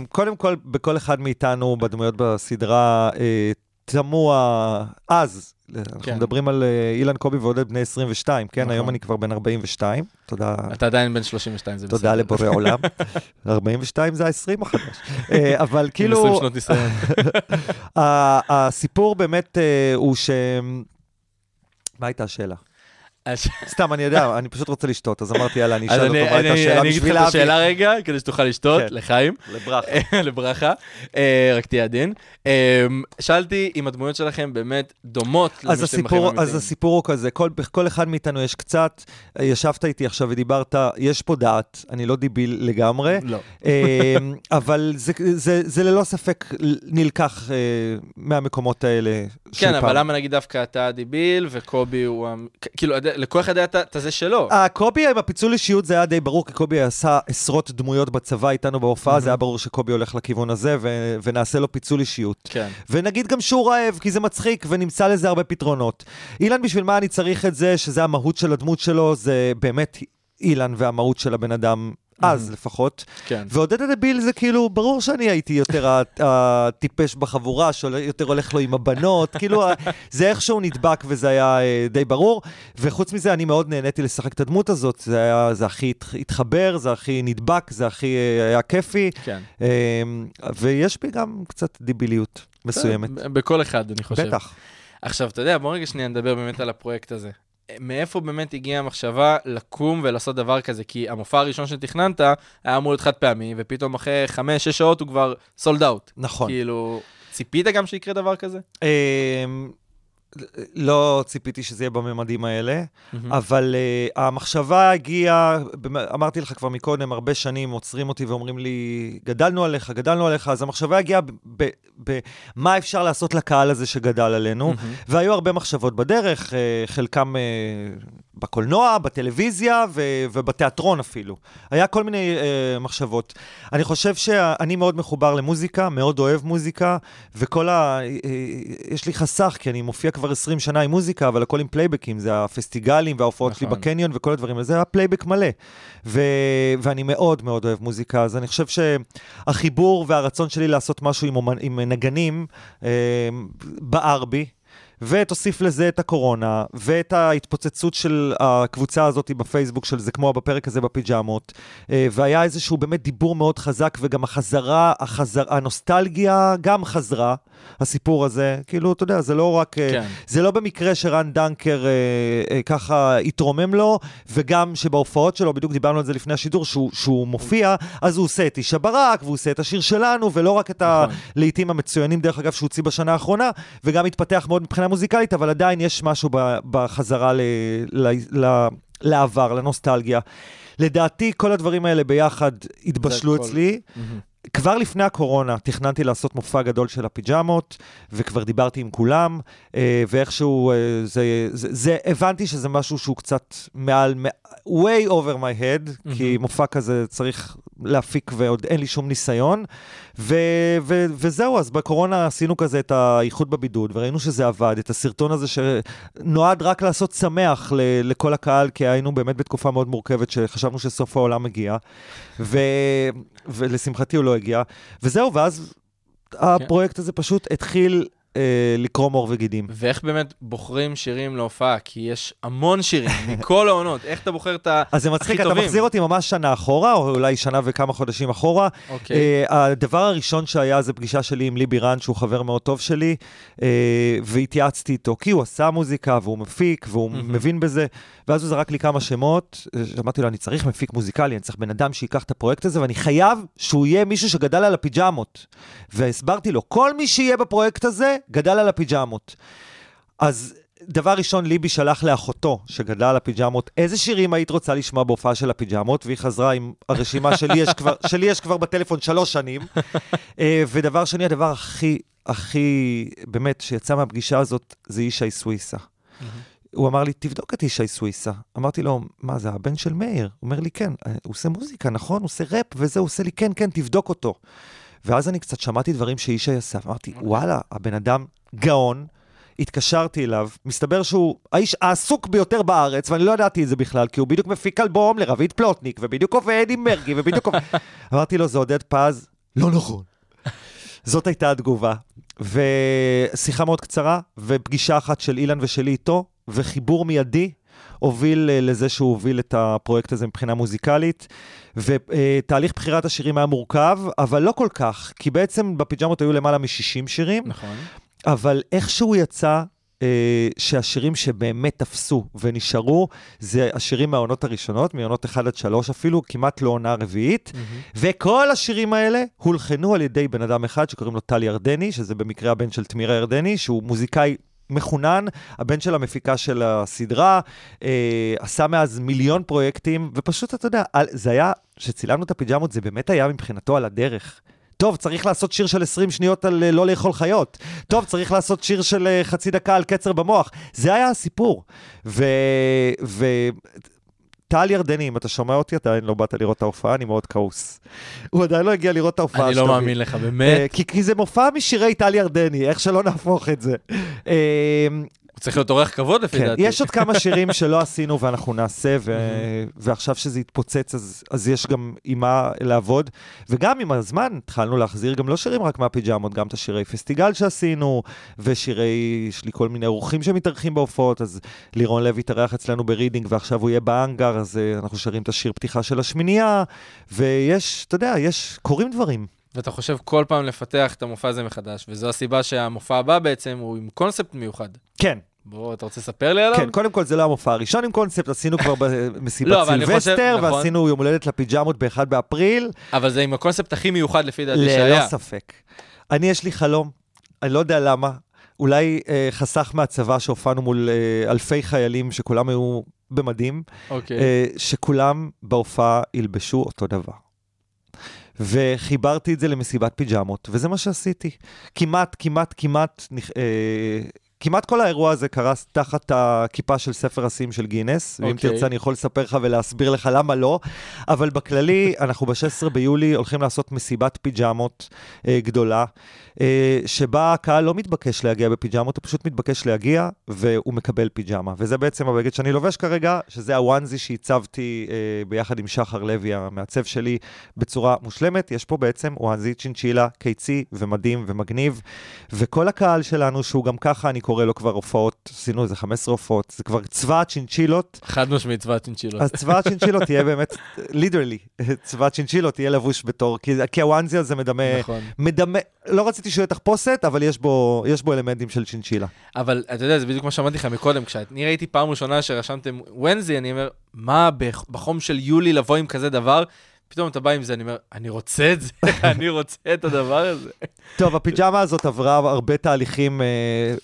S5: קודם כל, בכל אחד מאיתנו, בדמויות בסדרה, אה, תמוה אז, אנחנו
S4: כן.
S5: מדברים על אה, אילן קובי ועודד בני 22, כן?
S4: נכון.
S5: היום אני כבר בן 42, תודה.
S4: אתה עדיין בן 32, זה בסדר.
S5: תודה לבורא
S4: *laughs*
S5: עולם. 42 זה ה-20 החדש. אה, אבל
S4: עם 20
S5: כאילו,
S4: שנות
S5: *laughs*
S4: ניסיון.
S5: ה- הסיפור באמת אה, הוא ש... מה הייתה השאלה?
S4: אז-
S5: סתם, אני יודע, אני פשוט רוצה לשתות, אז אמרתי, יאללה, אני
S4: אז
S5: אשאל אותו
S4: אני
S5: מה הייתה
S4: אני-
S5: השאלה
S4: אני אגיד לך
S5: בשביל
S4: את
S5: להבין.
S4: השאלה רגע, כדי שתוכל לשתות,
S5: כן.
S4: לחיים. *laughs*
S5: לברכה.
S4: לברכה, אה, רק תהיה עדין. אה, שאלתי אם הדמויות שלכם באמת דומות
S5: אז
S4: למי שאתם
S5: הסיפור,
S4: בחיים
S5: אז
S4: האמיתיים.
S5: הסיפור הוא כזה, כל, בכל אחד מאיתנו יש קצת, אה, ישבת איתי עכשיו ודיברת, יש פה דעת, אני לא דביל לגמרי,
S4: לא.
S5: אה, אבל זה, זה, זה ללא ספק נלקח אה, מהמקומות האלה של
S4: כן, אבל
S5: פעם.
S4: למה נגיד דווקא אתה הדיביל וקובי הוא... המ- כ- כאילו, עד- לכל אחד היה את ה- את הזה שלו.
S5: אה, קובי עם הפיצול אישיות זה היה די ברור, כי קובי עשה עשרות דמויות בצבא איתנו בהופעה, זה היה ברור שקובי הולך לכיוון הזה, ו- ונעשה לו פיצול אישיות.
S4: כן.
S5: ונגיד גם שהוא רעב, כי זה מצחיק, ונמצא לזה הרבה פתרונות. אילן, בשביל מה אני צריך את זה, שזה המהות של הדמות שלו, זה באמת אילן והמהות של הבן אדם. אז לפחות.
S4: כן.
S5: ועודד הדביל זה כאילו, ברור שאני הייתי יותר ה- *laughs* הטיפש בחבורה, שיותר הולך לו עם הבנות, *laughs* כאילו ה- זה איכשהו נדבק וזה היה אה, די ברור. וחוץ מזה, אני מאוד נהניתי לשחק את הדמות הזאת, זה, היה, זה הכי התח- התחבר, זה הכי נדבק, זה הכי אה, היה כיפי.
S4: כן.
S5: אה, ויש בי גם קצת דיביליות מסוימת.
S4: אה, ב- בכל אחד, אני חושב.
S5: בטח.
S4: עכשיו, אתה יודע, בוא רגע שנייה נדבר באמת על הפרויקט הזה. אה, מאיפה באמת הגיעה המחשבה לקום ולעשות דבר כזה? כי המופע הראשון שתכננת היה אמור להיות חד פעמי, ופתאום אחרי חמש, שש שעות הוא כבר סולד אאוט.
S5: נכון.
S4: כאילו, ציפית גם שיקרה דבר כזה?
S5: אמ, לא ציפיתי שזה יהיה בממדים האלה, אבל uh, המחשבה הגיעה, במ- אמרתי לך כבר מקודם, הרבה שנים עוצרים אותי ואומרים לי, גדלנו עליך, גדלנו עליך, אז המחשבה הגיעה במה אפשר לעשות לקהל הזה שגדל עלינו, והיו הרבה מחשבות בדרך, uh, חלקם uh, בקולנוע, בטלוויזיה ו- ובתיאטרון אפילו. היה כל מיני uh, מחשבות. אני חושב שאני מאוד מחובר למוזיקה, מאוד אוהב מוזיקה, וכל ה... אה, אה, יש לי חסך, כי אני מופיע כבר 20 שנה עם מוזיקה, אבל הכל עם פלייבקים, זה הפסטיגלים וההופעות שלי
S4: נכון.
S5: בקניון וכל הדברים, האלה, זה היה פלייבק מלא. ו... ואני מאוד מאוד אוהב מוזיקה, אז אני חושב שהחיבור והרצון שלי לעשות משהו עם, אומנ... עם נגנים אה, בער בי. ותוסיף לזה את הקורונה, ואת ההתפוצצות של הקבוצה הזאת בפייסבוק של זה כמו בפרק הזה בפיג'מות, אה, והיה איזשהו באמת דיבור מאוד חזק, וגם החזרה, החזר, הנוסטלגיה גם חזרה, הסיפור הזה. כאילו, אתה יודע, זה לא רק... אה,
S4: כן.
S5: זה לא במקרה שרן דנקר אה, אה, ככה התרומם לו, וגם שבהופעות שלו, בדיוק דיברנו על זה לפני השידור, שהוא, שהוא מופיע, אז הוא עושה את איש הברק, והוא עושה את השיר שלנו, ולא רק את ה...
S4: נכון.
S5: הלעיתים המצוינים, דרך אגב, שהוא הוציא בשנה האחרונה, וגם התפתח מאוד מבחינה מוזיקלית, אבל עדיין יש משהו ב- בחזרה ל, ל, ל, לעבר, לנוסטלגיה. לדעתי, כל הדברים האלה ביחד התבשלו
S4: הכל.
S5: אצלי. כבר לפני הקורונה תכננתי לעשות מופע גדול של הפיג'מות, וכבר דיברתי עם כולם, אה, ואיכשהו אה, זה, זה, זה, הבנתי שזה משהו שהוא קצת מעל, מע- way over my head, כי מופע כזה צריך להפיק ועוד אין לי שום ניסיון, ו, ו, וזהו, אז בקורונה עשינו כזה את האיחוד בבידוד, וראינו שזה עבד, את הסרטון הזה שנועד רק לעשות שמח ל, לכל הקהל, כי היינו באמת בתקופה מאוד מורכבת, שחשבנו שסוף העולם מגיע, ו, ולשמחתי הוא לא הגיע, וזהו, ואז הפרויקט הזה פשוט התחיל אה, לקרום עור וגידים.
S4: ואיך באמת בוחרים שירים להופעה? כי יש המון שירים מכל העונות. איך אתה בוחר את ה...
S5: אז זה
S4: הכי
S5: מצחיק, אתה
S4: טובים.
S5: מחזיר אותי ממש שנה אחורה, או אולי שנה וכמה חודשים אחורה.
S4: אוקיי.
S5: אה, הדבר הראשון שהיה זה פגישה שלי עם ליבי רן, שהוא חבר מאוד טוב שלי, אה, והתייעצתי איתו, כי הוא עשה מוזיקה, והוא מפיק, והוא מבין בזה, ואז הוא זרק לי כמה שמות, אה, אמרתי לו, אני צריך מפיק מוזיקלי, אני צריך בן אדם שייקח את הפרויקט הזה, ואני חייב שהוא יהיה מישהו שגדל על הפיג'מות. והסברתי לו, כל מי שיהיה בפרויקט הזה, גדל על הפיג'מות. אז דבר ראשון, ליבי שלח לאחותו, שגדלה על הפיג'מות, איזה שירים היית רוצה לשמוע בהופעה של הפיג'מות, והיא חזרה עם הרשימה שלי יש כבר, *laughs* שלי יש כבר בטלפון שלוש שנים. אה, ודבר שני, הדבר הכי, הכי, באמת, שיצא מהפגישה הזאת, זה ישי סוויסה. הוא אמר לי, תבדוק את ישי סוויסה. אמרתי לו, מה זה, הבן של מאיר? הוא אומר לי, כן, אה, הוא עושה מוזיקה, נכון? הוא עושה ראפ וזה, הוא עושה לי, כן, כן, תבדוק אותו. ואז אני קצת שמעתי דברים שישי עשה, אמרתי, וואלה, הבן אדם גאון, התקשרתי אליו, מסתבר שהוא האיש העסוק ביותר בארץ, ואני לא ידעתי את זה בכלל, כי הוא בדיוק מפיק אלבום לרביד פלוטניק, ובדיוק עובד עם מרגי, ובדיוק עובד... אמרתי לו, זה עודד פז, לא נכון. זאת הייתה התגובה. ושיחה מאוד קצרה, ופגישה אחת של אילן ושלי איתו, וחיבור מיידי הוביל אה, לזה שהוא הוביל את הפרויקט הזה מבחינה מוזיקלית. ותהליך בחירת השירים היה מורכב, אבל לא כל כך, כי בעצם בפיג'מות היו למעלה מ-60 שירים.
S4: נכון.
S5: אבל איכשהו יצא אה, שהשירים שבאמת תפסו ונשארו, זה השירים מהעונות הראשונות, מעונות 1 עד 3 אפילו, כמעט לא עונה רביעית, וכל השירים האלה הולחנו על ידי בן אדם אחד שקוראים לו טל ירדני, שזה במקרה הבן של תמירה ירדני, שהוא מוזיקאי... מחונן, הבן של המפיקה של הסדרה, אה, עשה מאז מיליון פרויקטים, ופשוט, אתה יודע, על- זה היה, כשצילמנו את הפיג'מות, זה באמת היה מבחינתו על הדרך. טוב, צריך לעשות שיר של 20 שניות על אה, לא לאכול חיות. טוב, צריך לעשות שיר של אה, חצי דקה על קצר במוח. זה היה הסיפור. ו... ו... טל ירדני, אם אתה שומע אותי, עדיין לא באת לראות את ההופעה, אני מאוד כעוס. הוא עדיין לא הגיע לראות את ההופעה
S4: אני לא
S5: שתביא.
S4: מאמין לך,
S5: אה,
S4: באמת.
S5: כי, כי זה מופע משירי טל ירדני, איך שלא נהפוך את זה. אה,
S4: הוא צריך להיות אורח כבוד לפי
S5: כן,
S4: דעתי.
S5: יש עוד כמה *laughs* שירים שלא עשינו ואנחנו נעשה, ו... ועכשיו שזה יתפוצץ, אז, אז יש גם עם מה לעבוד. וגם עם הזמן התחלנו להחזיר גם לא שירים רק מהפיג'מות, גם את השירי פסטיגל שעשינו, ושירי, יש לי כל מיני אורחים שמתארחים בהופעות, אז לירון לוי התארח אצלנו ברידינג, ועכשיו הוא יהיה בהאנגר, אז אה, אנחנו שרים את השיר פתיחה של השמינייה, ויש, אתה יודע, יש, קורים דברים.
S4: ואתה חושב כל פעם לפתח את המופע הזה מחדש, וזו הסיבה שהמופע הבא בעצם הוא עם קונספט מיוחד.
S5: כן,
S4: בוא, אתה רוצה לספר לי עליו?
S5: כן, קודם כל זה לא המופע הראשון עם קונספט, עשינו כבר
S4: *laughs*
S5: במסיבת
S4: לא, אבל אני חושב-
S5: סילבסטר,
S4: נכון.
S5: ועשינו יום הולדת לפיג'מות ב-1 באפריל,
S4: אבל זה עם
S5: לא,
S4: הקונספט הכי מיוחד לפי דעתי שהיה.
S5: ללא ספק. אני, יש לי חלום, אני לא יודע למה, אולי אה, חסך מהצבא שהופענו מול אה, אלפי חיילים שכולם היו במדים,
S4: אוקיי.
S5: אה, שכולם בהופעה ילבשו אותו דבר. וחיברתי את זה למסיבת פיג'מות, וזה מה שעשיתי. כמעט, כמעט, כמעט, נכ- אה, כמעט כל האירוע הזה קרה תחת הכיפה של ספר השיאים של גינס, ואם
S4: אוקיי.
S5: תרצה אני יכול לספר לך ולהסביר לך למה לא, אבל בכללי, אנחנו ב-16 ביולי הולכים לעשות מסיבת פיג'מות אה, גדולה, אה, שבה הקהל לא מתבקש להגיע בפיג'מות, הוא פשוט מתבקש להגיע, והוא מקבל פיג'מה. וזה בעצם הבגד שאני לובש כרגע, שזה הוואנזי שהצבתי אה, ביחד עם שחר לוי, המעצב שלי, בצורה מושלמת. יש פה בעצם וואנזי צ'ינצ'ילה, קיצי ומדהים ומגניב, וכל הקהל שלנו, שהוא גם ככה, אני קורא לו כבר הופעות, עשינו איזה 15 הופעות, זה כבר
S4: *laughs*
S5: צבא הצ'ינצ'ילות.
S4: חד משמעית צבא צ'ינצ'ילות.
S5: אז צבא הצ'ינצ'ילות תהיה באמת, ליטרלי, צבא הצ'ינצ'ילות תהיה לבוש בתור, כי, כי הוואנזי הזה מדמה,
S4: נכון.
S5: מדמה, לא רציתי שהוא יהיה תחפושת, אבל יש בו, יש בו אלמנטים של צ'ינצ'ילה.
S4: אבל אתה יודע, זה בדיוק מה שאמרתי לך מקודם, כשאני ראיתי פעם ראשונה שרשמתם ונזי, אני אומר, מה בח- בחום של יולי לבוא עם כזה דבר? פתאום אתה בא עם זה, אני אומר, אני רוצה את זה, *laughs* אני רוצה את הדבר הזה.
S5: טוב, הפיג'מה הזאת עברה הרבה תהליכים, אה,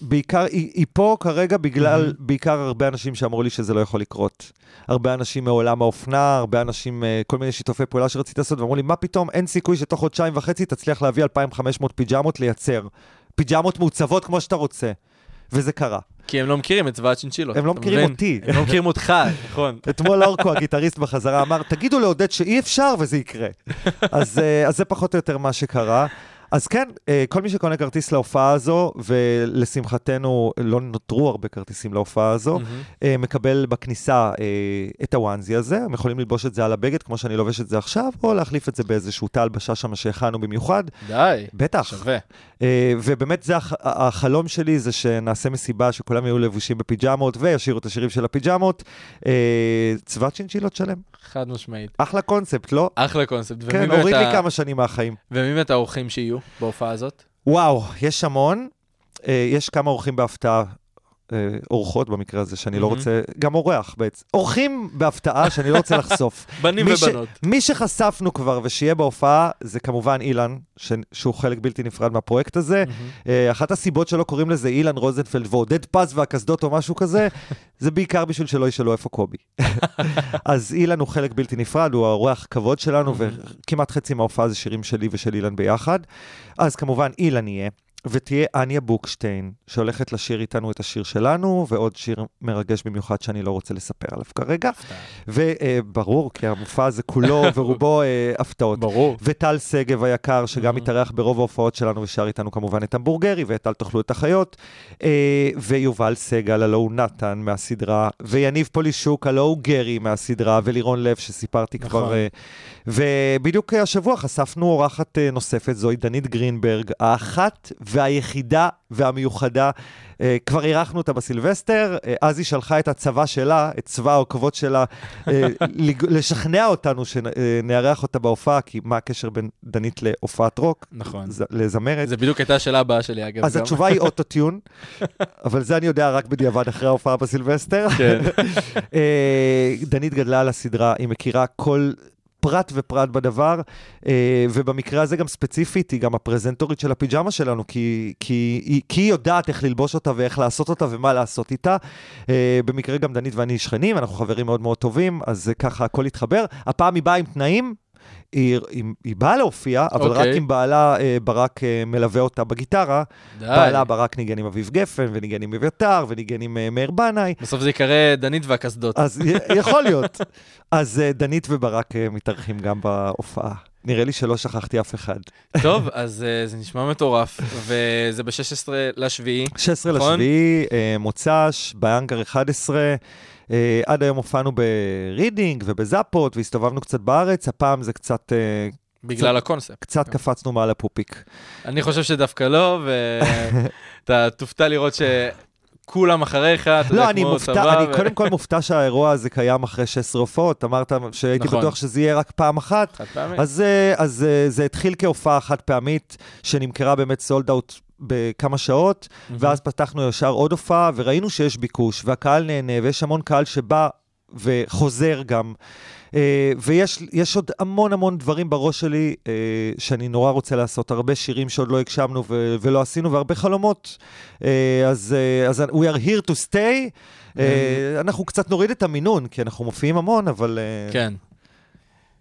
S5: בעיקר, היא, היא פה כרגע בגלל, בעיקר הרבה אנשים שאמרו לי שזה לא יכול לקרות. הרבה אנשים מעולם האופנה, הרבה אנשים, אה, כל מיני שיתופי פעולה שרציתי לעשות, ואמרו לי, מה פתאום, אין סיכוי שתוך חודשיים וחצי תצליח להביא 2,500 פיג'מות לייצר. פיג'מות מעוצבות כמו שאתה רוצה. וזה קרה.
S4: כי הם לא מכירים את צבא הצ'ינצ'ילות.
S5: הם לא
S4: אתה
S5: מכירים
S4: מבין?
S5: אותי.
S4: הם לא מכירים אותך,
S5: *laughs*
S4: נכון.
S5: אתמול אורקו, הגיטריסט בחזרה, אמר, תגידו לעודד שאי אפשר וזה יקרה. אז, אה, אז זה פחות או יותר מה שקרה. אז כן, אה, כל מי שקונה כרטיס להופעה הזו, ולשמחתנו לא נותרו הרבה כרטיסים להופעה הזו, אה, מקבל בכניסה אה, את הוואנזי הזה, הם יכולים ללבוש את זה על הבגד, כמו שאני לובש את זה עכשיו, או להחליף את זה באיזשהו תא הלבשה שם שהכנו במיוחד.
S4: די,
S5: בטח.
S4: שווה.
S5: אה, ובאמת זה הח- החלום שלי, זה שנעשה מסיבה שכולם יהיו לבושים בפיג'מות וישירו את השירים של הפיג'מות. אה, צבא צ'ינצ'ילות שלם.
S4: חד משמעית.
S5: אחלה קונספט, לא?
S4: אחלה קונספט. ומי
S5: כן,
S4: באמת
S5: הוריד לי
S4: ה-
S5: כמה שנים מהחיים.
S4: ומי באמת האורחים שיהיו בהופעה הזאת?
S5: וואו, יש המון. אה, יש כמה אורחים בהפתעה. אה, אורחות במקרה הזה, שאני לא
S4: מהמם.
S5: רוצה, גם אורח בעצם. אורחים בהפתעה שאני לא
S4: *laughs*
S5: רוצה לחשוף.
S4: בנים
S5: מי ש-
S4: ובנות.
S5: מי שחשפנו כבר ושיהיה בהופעה, זה כמובן אילן, ש... שהוא חלק בלתי נפרד מהפרויקט הזה. אה, אחת הסיבות שלא קוראים לזה אילן רוזנפלד ועודד פז והקסדות או משהו כזה, זה בעיקר בשביל שלא ישאלו איפה קובי. אז אילן הוא חלק בלתי נפרד, הוא האורח כבוד שלנו, וכמעט חצי מההופעה זה שירים שלי ושל אילן ביחד. אז כמובן אילן יהיה. ותהיה אניה בוקשטיין, שהולכת לשיר איתנו את השיר שלנו, ועוד שיר מרגש במיוחד שאני לא רוצה לספר עליו כרגע. וברור, כי המופע הזה כולו ורובו אה, הפתעות.
S4: ברור.
S5: וטל שגב היקר, שגם התארח ברוב ההופעות שלנו ושר איתנו כמובן את המבורגרי, ואת אל תאכלו את החיות, אה, ויובל סגל, הלוא הוא נתן מהסדרה, ויניב פולישוק, הלוא הוא גרי מהסדרה, ולירון לב שסיפרתי כבר. אה, ובדיוק השבוע חשפנו אורחת אה, נוספת, זוהי דנית גרינברג, האחת והיחידה והמיוחדה. אה, כבר אירחנו אותה בסילבסטר, אה, אז היא שלחה את הצבא שלה, את צבא העוקבות שלה, אה, לג- לשכנע אותנו שנארח אותה בהופעה, כי מה הקשר בין דנית להופעת רוק,
S4: נכון.
S5: ז- לזמרת?
S4: זה בדיוק הייתה השאלה הבאה שלי, אגב.
S5: אז
S4: גם.
S5: התשובה היא
S4: *laughs*
S5: אוטוטיון, אבל זה אני יודע רק בדיעבד אחרי ההופעה בסילבסטר.
S4: כן.
S5: *laughs* אה, דנית גדלה על הסדרה, היא מכירה כל... פרט ופרט בדבר, אה, ובמקרה הזה גם ספציפית, היא גם הפרזנטורית של הפיג'מה שלנו, כי, כי, היא- כי היא יודעת איך ללבוש אותה ואיך לעשות אותה ומה לעשות איתה. אה, במקרה גם דנית ואני שכנים, אנחנו חברים מאוד מאוד טובים, אז זה ככה הכל התחבר. הפעם היא באה עם תנאים, היא, היא, היא באה להופיע, אבל okay. רק
S4: אוקיי.
S5: אם בעלה אה, ברק אה, מלווה אותה בגיטרה,
S4: די.
S5: בעלה ברק ניגן עם אביב גפן, וניגן עם אביתר, וניגן עם אה, מאיר בנאי,
S4: בסוף זה ייקרא דנית והקסדות.
S5: אז י- יכול להיות. אז אה, דנית וברק אה, מתארחים גם בהופעה. נראה לי שלא שכחתי אף אחד.
S4: טוב, אז אה, זה נשמע מטורף, וזה ב-16 לשביעי.
S5: 16
S4: נכון.
S5: לשביעי, אה, מוצ"ש, באנגר 11. אה, עד היום הופענו ברידינג ובזאפות, והסתובבנו קצת בארץ, הפעם זה קצת, אה,
S4: בגלל הקונספט. כן.
S5: קצת קפצנו מעל הפופיק.
S4: אני חושב שדווקא לא,
S5: *laughs*
S4: ואתה תופתע לראות שכולם אחריך, אתה יודע,
S5: לא, אני
S4: כמו
S5: מופתע,
S4: צבא,
S5: אני
S4: ו-
S5: קודם כל מופתע שהאירוע הזה קיים אחרי 16 הופעות. אמרת שהייתי
S4: נכון.
S5: בטוח שזה יהיה רק פעם אחת,
S4: חד פעמי.
S5: אז, אה, אז אה, זה התחיל כהופעה חד פעמית, שנמכרה באמת סולד אאוט בכמה שעות, ואז פתחנו ישר עוד הופעה, וראינו שיש ביקוש, והקהל נהנה, ויש המון קהל שבא וחוזר גם. אה, ויש יש עוד המון המון דברים בראש שלי אה, שאני נורא רוצה לעשות, הרבה שירים שעוד לא הגשמנו ו- ולא עשינו, והרבה חלומות. אה, אז, אה, אז we are here to stay. אה, אנחנו קצת נוריד את המינון, כי אנחנו מופיעים המון, אבל אה,
S4: כן.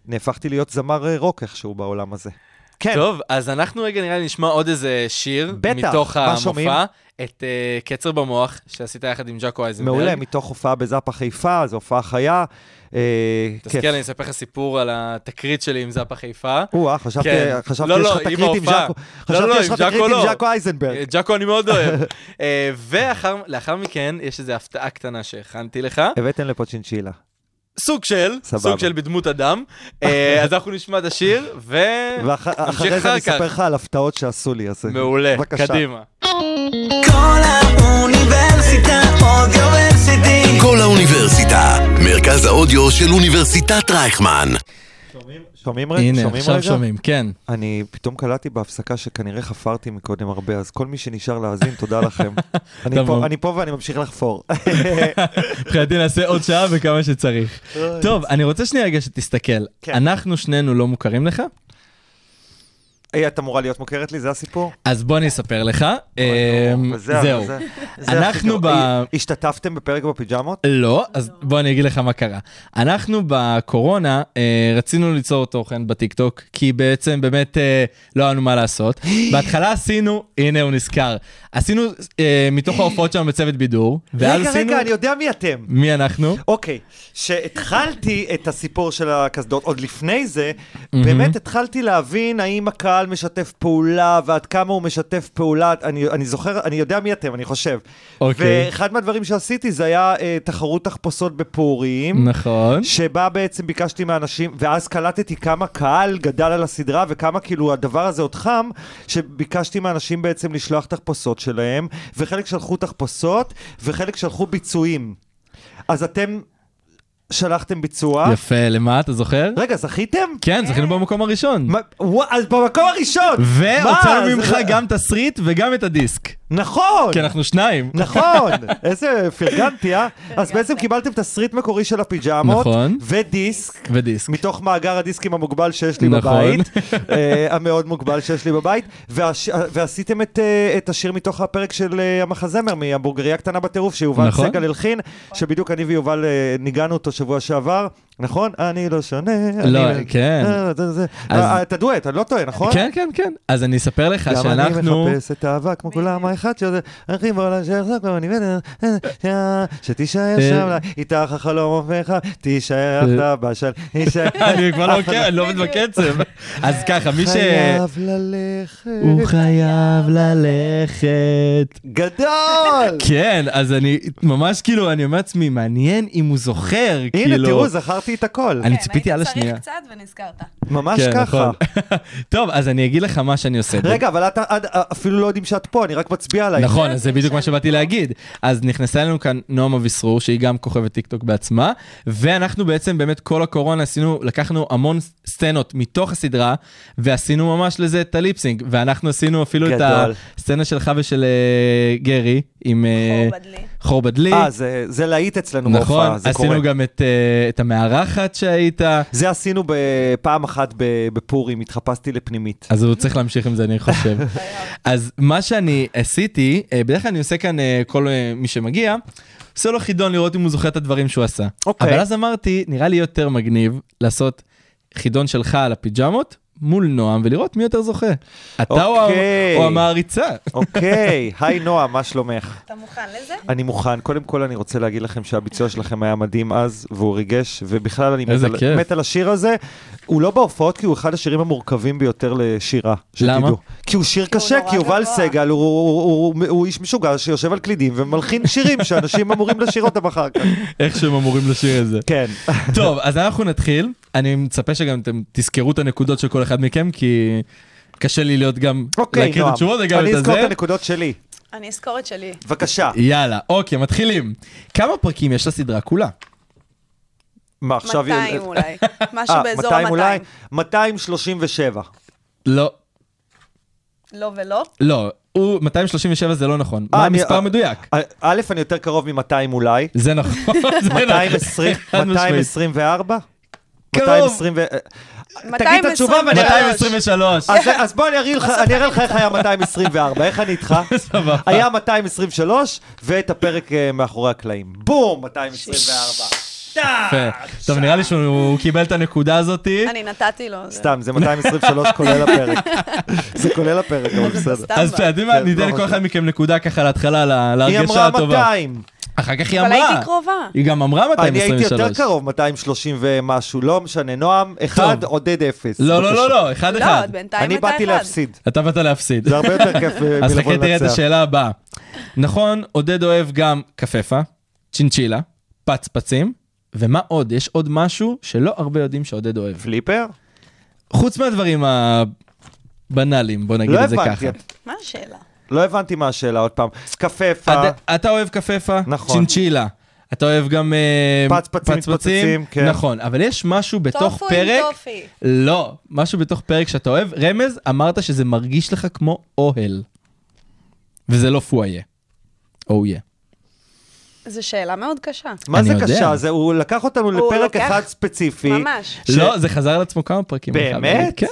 S5: נהפכתי להיות זמר אה, רוק איכשהו בעולם הזה. כן.
S4: טוב, אז אנחנו רגע נראה לי נשמע עוד איזה שיר.
S5: בטח,
S4: מתוך
S5: מה שומעים?
S4: המופע. את אה, קצר במוח, שעשית יחד עם ג'אקו אייזנברג.
S5: מעולה, מתוך הופעה בזאפה חיפה, זו הופעה חיה. אה, כיף.
S4: תזכיר, אני אספר לך סיפור על התקרית שלי עם זאפה חיפה.
S5: או-אה, אה, חשבתי
S4: כן.
S5: חשבתי
S4: לא,
S5: יש לך
S4: לא, עם
S5: תקרית עם
S4: ההופעה.
S5: ז'אקו
S4: לא, לא,
S5: חשבתי יש
S4: עם
S5: לך
S4: ז'אקו
S5: תקרית עם
S4: לא.
S5: ז'אקו אייזנברג.
S4: ג'אקו אני מאוד
S5: *laughs*
S4: אוהב. אה, ולאחר לאחר מכן, יש איזו הפתעה קטנה שהכנתי לך.
S5: הבאתם לפה צ'ינצ'ילה.
S4: סוג של,
S5: סבבה.
S4: סוג של בדמות אדם.
S5: *laughs*
S4: אה, אז אנחנו נשמע את השיר, ונמשיך
S5: ואחרי זה אני
S4: כן. אחר
S5: אספר
S4: כך.
S5: לך על הפתעות שעשו לי. אז- אה,
S4: מעולה,
S5: בבקשה.
S4: קדימה.
S6: כל האוניברסיטה אודיוורסיטי
S1: כל האוניברסיטה, מרכז האודיו של אוניברסיטת רייכמן.
S5: שומעים רגע? שומעים רגע?
S4: כן.
S5: אני פתאום קלטתי בהפסקה שכנראה חפרתי מקודם הרבה, אז כל מי שנשאר להאזין, תודה לכם. אני פה-
S4: תמום.
S5: אני פה ואני ממשיך לחפור. *laughs*
S4: מבחינתי נעשה עוד שעה וכמה שצריך. טוב, אני רוצה שנייה רגע שתסתכל.
S5: כן.
S4: אנחנו שנינו לא מוכרים לך,
S5: היי, אה, את אמורה להיות מוכרת לי, זה הסיפור?
S4: אז בוא אני אספר לך. אמ,
S5: אבל זה-
S4: זהו.
S5: זה- זה הכי אה,
S4: אנחנו ב...
S5: גרוע. השתתפתם בפרק בפיג'מות?
S4: לא, אז בוא אני אגיד לך מה קרה. אנחנו בקורונה אה, רצינו ליצור תוכן בטיקטוק, כי בעצם באמת אה, לא היה לנו מה
S5: *gasps*
S4: לעשות. בהתחלה עשינו, הנה הוא נזכר, עשינו אה, מתוך ההופעות שלנו בצוות בידור, ואז
S5: רגע,
S4: עשינו...
S5: רגע, אני יודע מי אתם.
S4: מי אנחנו?
S5: אוקיי, שהתחלתי את הסיפור של הקסדות, עוד לפני זה, באמת התחלתי להבין האם הקהל משתף פעולה ועד כמה הוא משתף פעולה. אני, אני זוכר, אני יודע מי אתם, אני חושב.
S4: אוקיי.
S5: ואחד מהדברים שעשיתי זה היה אה, תחרות תחפושות בפורים.
S4: נכון.
S5: שבה בעצם ביקשתי מאנשים, ואז קלטתי כמה קהל גדל על הסדרה וכמה כאילו הדבר הזה עוד חם, שביקשתי מאנשים בעצם לשלוח תחפושות שלהם, וחלק שלחו תחפושות, וחלק שלחו ביצועים. אז אתם שלחתם ביצוע.
S4: יפה, למה אתה זוכר?
S5: רגע, זכיתם?
S4: כן, זכינו במקום הראשון.
S5: מה- ווא- אז במקום הראשון! מה?
S4: והוצאנו
S5: זה-
S4: ממך גם תסריט וגם את הדיסק.
S5: נכון!
S4: כי אנחנו שניים. *laughs*
S5: נכון, איזה פרגנתי, אה? אז בעצם קיבלתם תסריט מקורי של הפיג'מות,
S4: נכון.
S5: ודיסק,
S4: ודיסק.
S5: מתוך מאגר הדיסקים המוגבל שיש לי
S4: נכון. *laughs*
S5: בבית, אה, המאוד מוגבל שיש לי בבית, והש- ועשיתם את, אה, את השיר מתוך הפרק של אה, המחזמר מהבורגריה קטנה בטירוף, שיובל
S4: נכון.
S5: סגל הלחין, שבדיוק אני ויובל אה, ניגענו אותו שבוע שעבר, נכון? אני לא שונה.
S4: לא,
S5: אני...
S4: כן.
S5: אה, זה- זה-
S4: אז-
S5: אה, את הדואט, אני לא טועה, נכון?
S4: כן, כן, כן. אז אני אספר לך
S5: גם אני
S4: שאנחנו...
S5: מחפש את האהבה כמו כולם, האחד שזה לא, הכי בעולם שיחזוק לו, אני מבין, אה, שתישאר
S4: אה.
S5: שם, איתך החלום הופך, תישאר אחלה בשל, תישאר...
S4: *laughs* אני כבר לא עוקב, אני לא עובד בקצב. אז ככה, מי ש...
S5: חייב ללכת.
S4: הוא חייב ללכת. *laughs*
S5: גדול!
S4: כן, אז אני ממש כאילו, אני אומר לעצמי, מעניין אם הוא זוכר, כאילו...
S5: הנה, תראו, זכרתי את הכל.
S4: אני ציפיתי על השנייה.
S7: כן, צריך קצת ונזכרת.
S5: ממש
S4: כן,
S5: ככה.
S4: נכון. *laughs* טוב, אז אני אגיד לך מה שאני עושה.
S5: רגע, אבל את את- אפילו לא יודעים שאת פה, אני רק מצביע עלייך.
S4: נכון, אז זה בדיוק מה שבאתי
S5: לא.
S4: להגיד. אז נכנסה אלינו כאן נועם אביסרור, שהיא גם כוכבת טיקטוק בעצמה, ואנחנו בעצם באמת כל הקורונה עשינו, לקחנו המון סצנות מתוך הסדרה, ועשינו ממש לזה את הליפסינג, ואנחנו עשינו אפילו את
S5: גדול.
S4: הסצנה שלך ושל אה, גרי, עם אה,
S7: חור בדלי.
S4: חור בדלי.
S5: אה, זה- זה להיט אצלנו
S4: נכון,
S5: בהופעה, זה קורה.
S4: עשינו גם את, אה, את המארחת שהיית,
S5: זה עשינו ב- פעם אחת ב- בפורים, התחפשתי לפנימית.
S4: אז הוא צריך להמשיך עם זה, אני
S5: *laughs*
S4: חושב. אז מה שאני עשיתי, אה, בדרך כלל אני עושה כאן אה, כל אה, מי שמגיע, עושה לו חידון לראות אם הוא זוכר את הדברים שהוא עשה.
S5: אוקיי.
S4: אבל אז אמרתי, נראה לי יותר מגניב לעשות חידון שלך על הפיג'מות מול נועם ולראות מי יותר זוכה. אתה או ה-
S5: אוקיי.
S4: או המעריצה. *laughs*
S5: אוקיי, היי נועם, מה שלומך?
S7: אתה מוכן לזה?
S5: אני מוכן. קודם כל אני רוצה להגיד לכם שהביצוע שלכם היה מדהים אז, והוא ריגש, ובכלל אני מת
S4: איזה
S5: על-
S4: כיף.
S5: מת על השיר הזה. הוא לא בהופעות כי הוא אחד השירים המורכבים ביותר לשירה. שתדעו.
S4: למה?
S5: כי הוא שיר קשה,
S7: נורא
S5: כי יובל
S7: גבוה.
S5: סגל הוא- הוא- הוא- הוא- הוא איש משוגע שיושב על קלידים ומלחין שירים שאנשים *laughs* אמורים לשיר אותם אחר כך.
S4: איך שהם אמורים לשיר את זה.
S5: כן.
S4: *laughs*
S5: *laughs*
S4: טוב, אז אנחנו נתחיל. אני מצפה שגם אתם תזכרו את הנקודות של כל אחד מכם, כי קשה לי להיות גם,
S5: אוקיי,
S4: להקריא את
S5: נועם.
S4: התשובות וגם
S5: אני
S4: את
S5: אזכור
S4: הזה.
S5: את הנקודות שלי.
S7: אני אזכור את שלי.
S5: בבקשה.
S4: יאללה, אוקיי, מתחילים. כמה פרקים יש לסדרה כולה?
S5: מה עכשיו... *laughs*
S7: 200 אולי. משהו
S5: אה,
S7: באזור ה-200.
S5: 237.
S4: לא.
S7: לא ולא.
S4: לא, הוא 237 זה לא נכון.
S5: אה,
S4: מה
S5: אני-
S4: המספר
S5: אה,
S4: מדויק?
S5: א- א', אני יותר קרוב
S4: *laughs*
S5: מ-200 אולי.
S4: זה נכון. זה נכון.
S5: 220,
S4: חד משמעית.
S5: 224?
S4: קרוב.
S5: 220 ו... תגיד את התשובה ואני...
S4: 223.
S5: אז, אז בוא אני אראה לך, אני אראה לך איך היה 224, איך אני איתך?
S4: *laughs* *laughs* סבבה.
S5: היה 223 ואת הפרק אה, מאחורי הקלעים. בום, 224. אה,
S4: יפה. טוב, נראה לי שהוא קיבל את הנקודה הזאתי.
S7: לא, אני נתתי לו. זה-
S5: סתם, זה 223 כולל הפרק. זה כולל הפרק, אבל בסדר.
S7: סתם
S4: אז
S7: אבל.
S4: אתם יודעים מה,
S5: כן,
S4: ניתן
S5: לא
S4: לכל
S5: חשוב.
S4: אחד מכם נקודה ככה להתחלה, ל-
S5: היא
S4: להרגשה
S5: אמרה
S4: הטובה.
S5: 200.
S4: אחר כך היא
S7: אבל
S4: אמרה.
S7: הייתי קרובה.
S4: היא גם אמרה
S5: אני הייתי יותר
S4: 223.
S5: קרוב, 230 ומשהו, לא משנה. נועם, אחד,
S4: טוב.
S5: עודד אפס.
S4: לא, לא,
S5: בבקשה.
S4: לא, לא, אחד
S7: לא,
S4: אחד.
S7: עוד בינתיים
S5: אני
S7: אתה
S5: באתי
S7: אחד.
S5: להפסיד.
S4: אתה באת להפסיד.
S5: זה הרבה יותר כיף אה,
S4: אז
S5: מלבוא
S4: חכה תראה את
S5: לנצח.
S4: השאלה הבאה. נכון, עודד אוהב גם קפפה, צ'ינצ'ילה, פצפצים, ומה עוד? יש עוד משהו שלא הרבה יודעים שעודד אוהב.
S5: פליפר?
S4: חוץ מהדברים הבנאליים, בוא נגיד
S5: לא
S4: את זה ככה.
S5: הבנתי,
S7: מה השאלה?
S5: לא הבנתי מה השאלה עוד פעם. קפפה,
S4: אתה- אתה אוהב קפפה,
S5: אה, נכון.
S4: צ'ינצ'ילה. אתה אוהב גם אה,
S5: פצפצים, מתפוצצים, כן.
S4: נכון, אבל יש משהו בתוך
S7: טופו עם
S4: פרק,
S7: טופי.
S4: לא, משהו בתוך פרק שאתה אוהב, רמז, אמרת שזה מרגיש לך כמו אוהל. וזה לא פואיה. אויה.
S7: זו שאלה מאוד קשה.
S5: מה
S4: אני
S5: זה
S4: יודע.
S5: קשה? זה- הוא לקח אותנו
S7: הוא
S5: לפרק
S7: לוקח-
S5: אחד ספציפי.
S7: ממש.
S4: ש... לא, זה חזר על עצמו כמה פרקים. אני חייב
S5: באמת?
S4: להגיד, כן.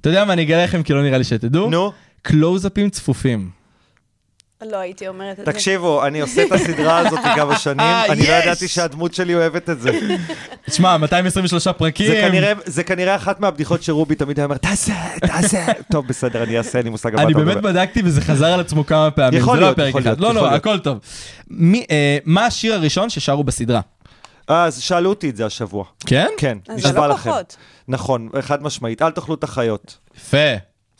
S4: אתה יודע מה, אני אגלה לכם, כי לא נראה לי שתדעו.
S5: נו.
S4: קלוזאפים צפופים.
S7: לא הייתי אומרת את זה.
S5: תקשיבו, אני עושה את הסדרה
S7: *laughs*
S5: הזאת כמה שנים,
S4: אה,
S5: אני לא
S4: יש!
S5: ידעתי שהדמות שלי
S4: *laughs*
S5: אוהבת את זה.
S4: תשמע, 223 פרקים.
S5: זה כנראה- זה כנראה אחת מהבדיחות שרובי תמיד היה אומר, תעשה,
S4: *laughs*
S5: תעשה. טוב, בסדר, אני אעשה, אין לי מושג על מה
S4: אני
S5: אתה
S4: באמת
S5: מדבר.
S4: בדקתי וזה חזר על עצמו כמה פעמים.
S5: יכול
S4: זה לא
S5: להיות,
S4: הפרק
S5: יכול
S4: אחד.
S5: להיות,
S4: לא,
S5: יכול
S4: לא,
S5: להיות.
S4: הכל טוב. מי, אה, מה השיר הראשון ששרו בסדרה?
S5: אה, אז שאלו אותי את זה השבוע.
S4: כן?
S5: כן,
S7: אז זה
S5: נשבע
S7: לא
S5: לכם.
S7: פחות.
S5: נכון, חד משמעית, אל תאכלו את החיות.
S4: יפה.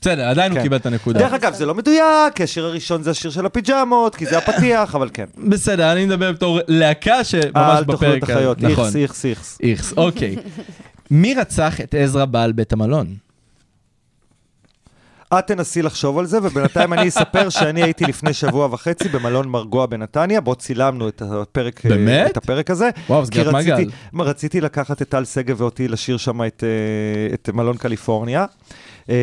S4: בסדר, עדיין הוא
S5: כן.
S4: קיבל את הנקודה.
S5: דרך אגב, זה לא מדויק, כי השיר הראשון זה השיר של הפיג'מות, כי זה הפתיח, אבל כן.
S4: בסדר, אני מדבר בתור להקה
S5: אה,
S4: שממש
S5: אל תאכלו את
S4: בפרק...
S5: החיות,
S4: נכון.
S5: איכס, איכס, איכס.
S4: איכס, אוקיי. מי רצח את עזרא בעל בית המלון?
S5: את תנסי לחשוב על זה, ובינתיים
S4: *laughs*
S5: אני אספר שאני הייתי לפני שבוע וחצי במלון מרגוע בנתניה, בו צילמנו את הפרק, אה,
S4: באמת?
S5: את הפרק הזה.
S4: וואו, סגירת
S5: כי רציתי-
S4: מעגל.
S5: מה, רציתי לקחת את טל שגב ואותי לשיר שם את, אה, את מלון קליפורניה. אה,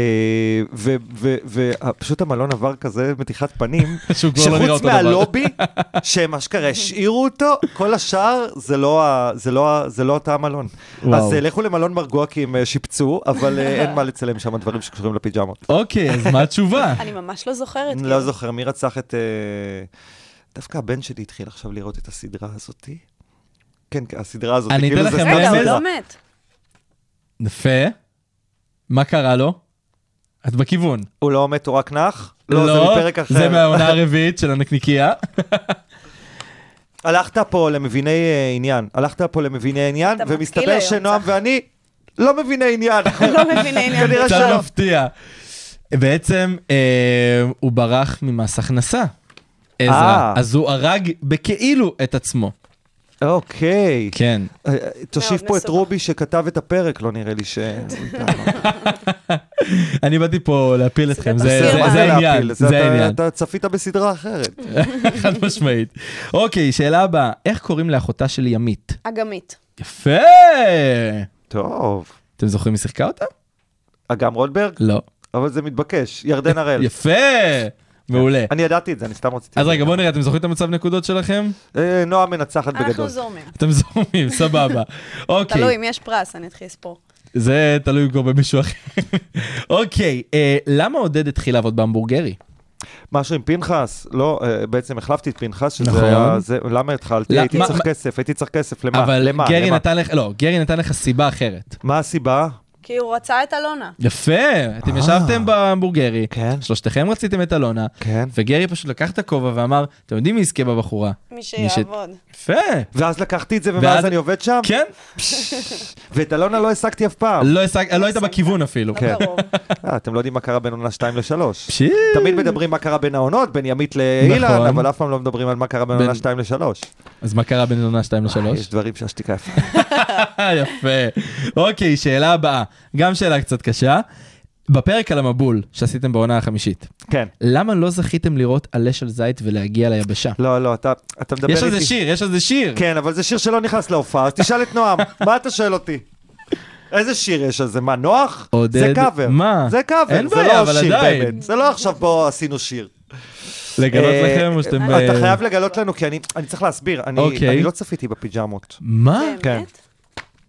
S5: ופשוט אה, המלון עבר כזה מתיחת
S4: *laughs*
S5: פנים,
S4: שהוא כבר לא נראה
S5: שחוץ
S4: אותו דבר. *laughs*
S5: מהלובי, שהם אשכרה השאירו אותו, כל השאר זה לא, ה- זה לא, ה- זה לא אותו המלון.
S4: וואו.
S5: אז אה, לכו למלון מרגוע כי הם אה, שיפצו, אבל אה, אין מה לצלם שם דברים שקשורים לפיג'מות.
S4: אוקיי, אז מה התשובה?
S7: אני ממש לא זוכרת.
S5: אני לא
S7: כאילו.
S5: זוכר מי רצח את... אה, דווקא הבן שלי התחיל עכשיו לראות את הסדרה הזאתי. כן, כן, הסדרה הזאת,
S4: אני אתן לכם
S7: רגע, הוא
S4: רמז.
S7: לא מת.
S4: יפה. מה קרה לו? את בכיוון.
S5: הוא לא מת, הוא רק נח? לא, זה מפרק אחר.
S4: זה מהעונה הרביעית של
S5: *laughs*
S4: הנקניקייה.
S5: הלכת פה למביני אה, עניין, הלכת פה למביני עניין,
S7: אתה מתחיל
S5: ומסתבר
S7: היום,
S5: שנועם
S7: צח.
S5: ואני לא מביני
S7: *laughs*
S5: עניין.
S7: לא מבינה עניין.
S5: כנראה
S7: בזה.
S4: קצת
S5: שלא.
S4: מפתיע. בעצם אה, הוא ברח ממס הכנסה. עזרא.
S5: אה.
S4: אז הוא הרג בכאילו את עצמו.
S7: *laughs* לא,
S5: אוקיי.
S4: כן.
S5: אה, אה, תושיב
S7: מאוד
S5: פה את
S7: מסובך.
S5: רובי שכתב את הפרק, לא נראה לי
S7: *laughs*
S5: ש...
S4: אני באתי פה להפיל אתכם, זה-
S7: בסדר,
S4: זה-
S5: מה
S4: זה
S5: להפיל?
S4: העניין.
S5: אתה-
S4: זה העניין.
S5: אתה צפית בסדרה אחרת.
S4: חד משמעית. אוקיי, שאלה הבאה. איך קוראים לאחותה שלי ימית?
S7: אגמית.
S4: יפה!
S5: טוב.
S4: אתם זוכרים מי שיחקה אותה?
S5: אגם רודברג?
S4: לא.
S5: אבל זה מתבקש. ירדן הראל.
S4: יפה!
S5: כן.
S4: מעולה.
S5: אני ידעתי את זה, אני סתם רציתי...
S4: אז רגע,
S5: לדעת.
S4: בואו נראה, אתם זוכרים את המצב נקודות שלכם?
S5: אה, נועה מנצחת בגדול.
S7: אנחנו זורמים.
S4: אתם זורמים, *laughs* סבבה. אוקיי,
S7: תלוי אם יש פרס, אני אתחיל לספור.
S4: זה תלוי כבר במישהו אחר. *laughs* אוקיי, אה, למה עודד התחיל לעבוד בהמבורגרי?
S5: משהו עם פנחס, לא, אה, בעצם החלפתי את פנחס, שזה
S4: נכון.
S5: היה... זה- למה התחלתי?
S4: לא,
S5: הייתי
S4: מה-
S5: צריך
S4: מה-
S5: כסף, הייתי צריך כסף, למה?
S4: אבל
S5: למה?
S4: גרי
S5: למה?
S4: נתן לך, לא, גרי נתן לך סיבה אחרת.
S5: מה הסיבה?
S7: כי הוא רצה את אלונה.
S4: יפה, אתם ישבתם בהמבורגרי,
S5: אה. כן.
S4: שלושתכם רציתם את אלונה,
S5: כן.
S4: וגרי פשוט לקח את הכובע ואמר, אתם יודעים מי יזכה בבחורה?
S7: מי
S4: מי ש-
S7: שיעבוד.
S5: כן.
S4: יפה.
S5: ואז לקחתי את זה,
S4: ואז-
S5: ומאז אני עובד שם?
S4: כן,
S5: ואת אלונה לא העסקתי אף פעם.
S4: לא הסג- לא היית בכיוון אפילו.
S7: לא קרוב.
S5: אה, אתם לא יודעים מה קרה בין עונה 2 ל-3.
S4: פשי.
S5: תמיד מדברים מה קרה בין העונות, בין ימית לאילן,
S4: נכון.
S5: אבל אף פעם לא מדברים על מה קרה בין
S4: בין-
S5: עונה 2 ל-3.
S4: אז מה קרה בין עונה 2 ל-3?
S5: יש דברים שהשתיקה יפה. *laughs*
S4: אה, יפה. אוקיי, שאלה הבאה. גם שאלה קצת קשה. בפרק על המבול שעשיתם בעונה החמישית,
S5: כן.
S4: למה לא זכיתם לראות עלה של זית ולהגיע ליבשה?
S5: לא, לא, אתה אתה מדבר
S4: יש
S5: איתי.
S4: על זה שיר, יש על זה שיר. *laughs*
S5: כן, אבל זה שיר שלא נכנס להופעה, אז תשאל את נועם, מה אתה שואל אותי? איזה שיר יש על זה? מה, נוח?
S4: עודד,
S5: זה קאבר.
S4: מה?
S5: זה קאבר,
S4: אין
S5: זה
S4: בעיה,
S5: לא
S4: אבל
S5: שיר
S4: עדיין.
S5: באמת. זה לא עכשיו פה עשינו שיר.
S4: לגלות
S5: אה,
S4: לכם או שאתם...
S5: אתה
S4: ב-
S5: חייב לגלות לנו, כי אני אני צריך להסביר. אני
S4: אוקיי.
S5: אני לא צפיתי בפיג'מות.
S4: מה?
S5: כן.
S7: באמת?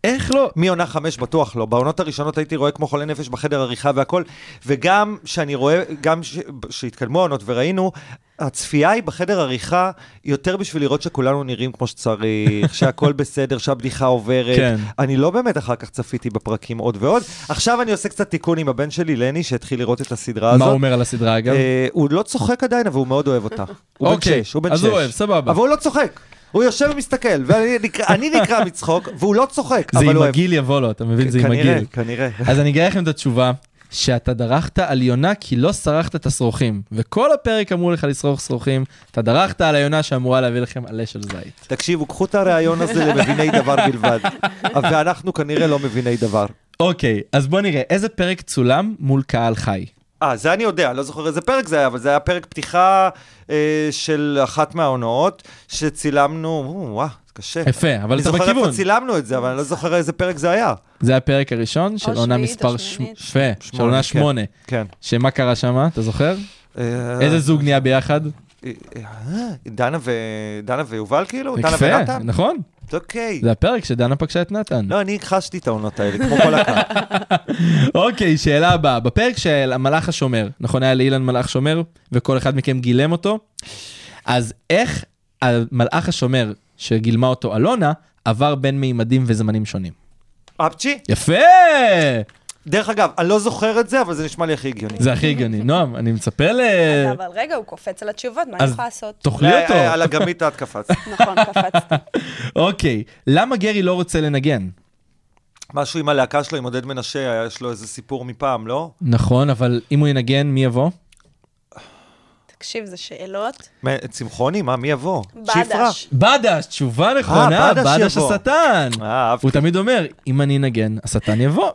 S4: איך לא?
S5: מעונה חמש בטוח לא. בעונות הראשונות הייתי רואה כמו חולה נפש בחדר עריכה והכל, וגם שאני רואה, גם ש- שהתקדמו העונות וראינו, הצפייה היא בחדר עריכה יותר בשביל לראות שכולנו נראים
S4: *laughs*
S5: כמו שצריך, שהכל בסדר, שהבדיחה עוברת.
S4: כן.
S5: אני לא באמת אחר כך צפיתי בפרקים עוד ועוד. עכשיו אני עושה קצת תיקון עם הבן שלי, לני, שהתחיל לראות את הסדרה הזאת.
S4: מה הוא אומר על הסדרה אגב?
S5: אה, הוא לא צוחק עדיין, אבל הוא מאוד אוהב אותה. הוא בן
S4: אוקיי,
S5: שש, הוא בן שש.
S4: אז הוא אוהב, סבבה.
S5: אבל הוא לא צוחק. הוא יושב ומסתכל, ואני נקרע- אני נקרע מצחוק, והוא לא צוחק,
S4: זה
S5: אבל
S4: עם
S5: הוא אוהב.
S4: הגיל יבוא לו, אתה מבין? זה עם
S5: כנראה,
S4: הגיל.
S5: כנראה.
S4: אז אני אגלה לכם את התשובה, שאתה דרכת על יונה כי לא סרחת את השרוכים, וכל הפרק אמרו לך לסרוך שרוכים, אתה דרכת על היונה שאמורה להביא לכם עלה של זית.
S5: תקשיבו, קחו את הרעיון הזה למביני דבר
S4: *laughs*
S5: בלבד. ואנחנו כנראה לא מביני דבר.
S4: אוקיי, אז בוא נראה, איזה פרק צולם מול קהל חי?
S5: אה, זה אני יודע, לא זוכר איזה פרק זה היה, אבל זה היה פרק פתיחה אה, של אחת מהעונות, שצילמנו, או, וואה, זה קשה.
S4: יפה, אבל אתה
S5: אני זוכר
S4: בכיוון.
S5: איפה צילמנו את זה, אבל אני לא זוכר איזה פרק זה היה.
S4: זה הפרק הראשון של עונה
S7: שביעית או
S4: מספר...
S7: שמינית.
S4: שמ- יפה, של עונה
S5: כן.
S4: שמונה.
S5: כן.
S4: שמה קרה שמה, אתה זוכר?
S5: אה,
S4: איזה זוג נהיה ביחד?
S5: אה, דנה ו... דנה ויובל כאילו? דנה
S4: יפה,
S5: ונתן?
S4: נכון.
S5: אוקיי.
S4: זה הפרק שדנה פגשה את נתן.
S5: לא, אני הכחשתי את העונות האלה, כמו
S4: *laughs*
S5: כל הקהל.
S4: אוקיי, שאלה הבאה. בפרק של המלאך השומר, נכון היה לאילן מלאך שומר, וכל אחד מכם גילם אותו? אז איך המלאך השומר שגילמה אותו אלונה, עבר בין מימדים וזמנים שונים?
S5: אפצ'י?
S4: יפה!
S5: דרך אגב, אני לא זוכר את זה, אבל זה נשמע לי הכי הגיוני.
S4: זה הכי הגיוני. נועם, אני מצפה ל...
S7: אבל רגע, הוא קופץ על התשובות, מה אני
S4: אה. אז
S7: יכולה לעשות?
S4: תאכלי אותו.
S5: אה, אה, על אגמית את קפצת.
S7: נכון, קפצתי.
S4: אוקיי, למה גרי לא רוצה לנגן?
S5: משהו עם הלהקה שלו, עם עודד מנשה, היה- יש לו איזה סיפור מפעם, לא?
S4: נכון, אבל אם הוא ינגן, מי יבוא?
S7: תקשיב, זה שאלות.
S5: מ- צמחוני, מה, מי יבוא? שפרה?
S7: בדש.
S4: בדש, תשובה נכונה,
S5: אה, בדש
S4: בדש
S5: יבוא.
S4: השטן.
S5: אה, אהבתי.
S4: הוא תמיד אומר, אם אני אנגן, השטן
S5: *laughs*
S4: יבוא.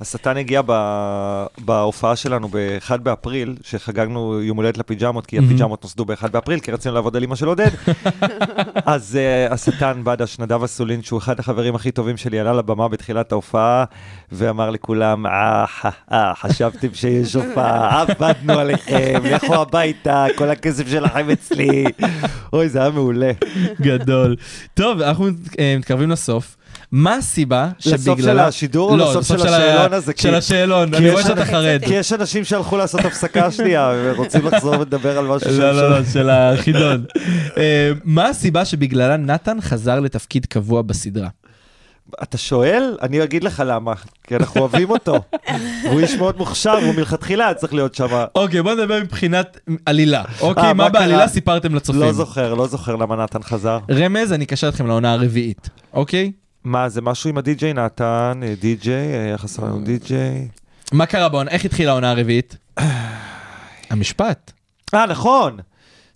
S5: השטן הגיע ב- בהופעה שלנו ב-1 באפריל, שחגגנו יום הולדת לפיג'מות, כי הפיג'מות נוסדו ב-1 באפריל, כי רצינו לעבוד על אימא של
S4: *laughs*
S5: עודד. אז אה, השטן בדש, נדב אסולין, שהוא אחד החברים הכי טובים שלי, עלה לבמה בתחילת ההופעה, ואמר לכולם, אה, אה, אה, חשבתם שיש הופעה, עבדנו עליכם, לכו הביתה, כל הכסף שלכם אצלי. אוי, זה היה מעולה.
S4: גדול. טוב, אנחנו אה, מתקרבים לסוף. מה הסיבה שבגללה...
S5: לסוף של השידור או
S4: לא,
S5: לסוף של
S4: ה-
S5: השאלון הזה? כי-
S4: של השאלון,
S5: כי
S4: אני
S5: יש
S4: רואה שאתה
S5: לנו-
S4: חרד.
S5: כי יש אנשים שהלכו לעשות הפסקה שנייה, ורוצים לחזור ולדבר על משהו
S4: לא, לא, לא, של החידון. *laughs* אה, מה הסיבה שבגללה נתן חזר לתפקיד קבוע בסדרה?
S5: אתה שואל? אני אגיד לך למה. כי אנחנו אוהבים אותו. והוא איש מאוד מוכשר, הוא מלכתחילה היה צריך להיות שם.
S4: אוקיי, בוא נדבר מבחינת עלילה. אוקיי,
S5: אה,
S4: מה
S5: מה קרה?
S4: בעלילה סיפרתם לצופים?
S5: לא זוכר, לא זוכר למה נתן חזר.
S4: רמז, אני אקשר אתכם לעונה הרביעית, אוקיי?
S5: מה, זה משהו עם הדי-ג'יי נתן, אה, די-ג'יי, היה חסר לנו די-ג'יי.
S4: מה קרה בעונה? איך התחילה העונה הרביעית? המשפט.
S5: אה, נכון,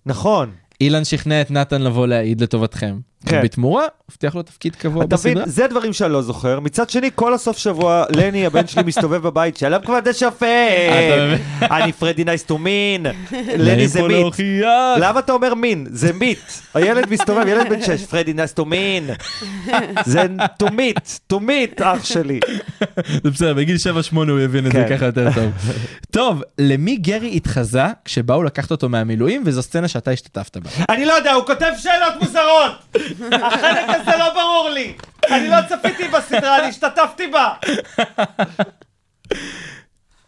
S5: נכון.
S4: אילן שכנע את נתן לבוא להעיד לטובתכם.
S5: כן.
S4: ובתמורה, הבטיח לו תפקיד קבוע
S5: אתה מבין,
S4: בסדרה.
S5: זה דברים שאני לא זוכר. מצד שני, כל הסוף שבוע, לני, הבן שלי, מסתובב בבית, שלום כבוד השופט.
S4: מבין? לא-
S5: אני פרדי נייס טו
S4: *laughs*
S5: מין. לני זה
S4: לריפול
S5: מיט.
S4: להוכיח.
S5: למה אתה אומר מין? זה מיט. הילד מסתובב, ילד בן שש, פרדי נס טו מין. זה טו מיט, טו מיט, אח שלי.
S4: זה בסדר, בגיל 7-8 הוא יבין את זה
S5: כן.
S4: ככה יותר
S5: *laughs*
S4: טוב. טוב, למי גרי התחזה כשבאו לקחת אותו מהמילואים, וזו סצנה שאתה השתתפת בה.
S5: אני לא יודע, הוא כותב שאלות מוזרות. החלק הזה לא ברור לי. אני לא צפיתי בסדרה, אני השתתפתי בה.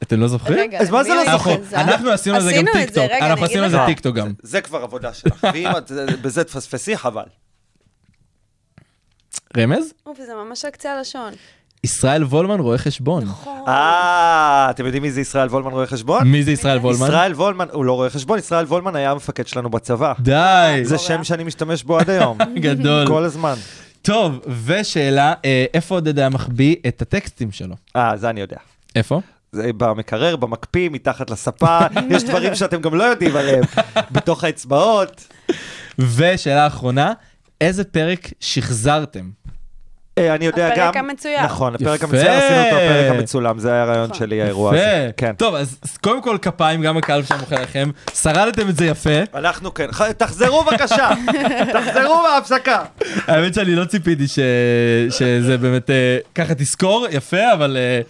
S4: אתם לא זוכרים?
S7: רגע,
S5: אז מה זה
S7: למי
S5: לא
S7: אני
S4: אנחנו-
S5: זוכר?
S7: חזה?
S4: אנחנו עשינו על זה גם
S7: עשינו את זה,
S4: טיקטוק,
S7: רגע,
S4: אנחנו
S7: אני אגיד
S4: עשינו על זה
S7: לך.
S4: טיקטוק גם.
S5: זה כבר עבודה שלך, ואם את בזה תפספסי, חבל. אה.
S4: רמז?
S7: אוף, זה ממש על קצה הלשון.
S4: ישראל וולמן רואה חשבון.
S5: נכון. אה, אתם יודעים מי זה ישראל וולמן רואה חשבון?
S4: מי זה ישראל וולמן?
S5: ישראל וולמן, הוא לא רואה חשבון, ישראל וולמן היה המפקד שלנו בצבא.
S4: די,
S5: זה שם שאני משתמש בו עד היום.
S4: *laughs* גדול.
S5: כל הזמן.
S4: טוב, ושאלה, אה, איפה עודד היה מחביא את הטקסטים שלו?
S5: אה, זה אני יודע.
S4: איפה?
S5: זה במקרר, במקפיא, מתחת
S7: *laughs*
S5: לספה, יש דברים שאתם גם לא יודעים עליהם, בתוך האצבעות.
S4: ושאלה אחרונה, איזה פרק שחזרתם?
S5: אה, אני יודע גם...
S7: הפרק המצוין. נכון.
S5: נכון, הפרק
S4: יפה.
S5: המצוין, עשינו אותו הפרק המצולם, זה היה הרעיון שלי, האירוע הזה.
S4: יפה.
S5: כן.
S4: טוב, אז אז קודם כל כפיים, גם הקהל שם מוחא לכם. שרדתם את זה יפה.
S5: אנחנו כן. ח- תחזרו בבקשה,
S7: *laughs*
S5: תחזרו מההפסקה.
S4: האמת שאני לא ציפיתי ש... שזה באמת... אה, ככה תזכור, יפה, אבל... אה,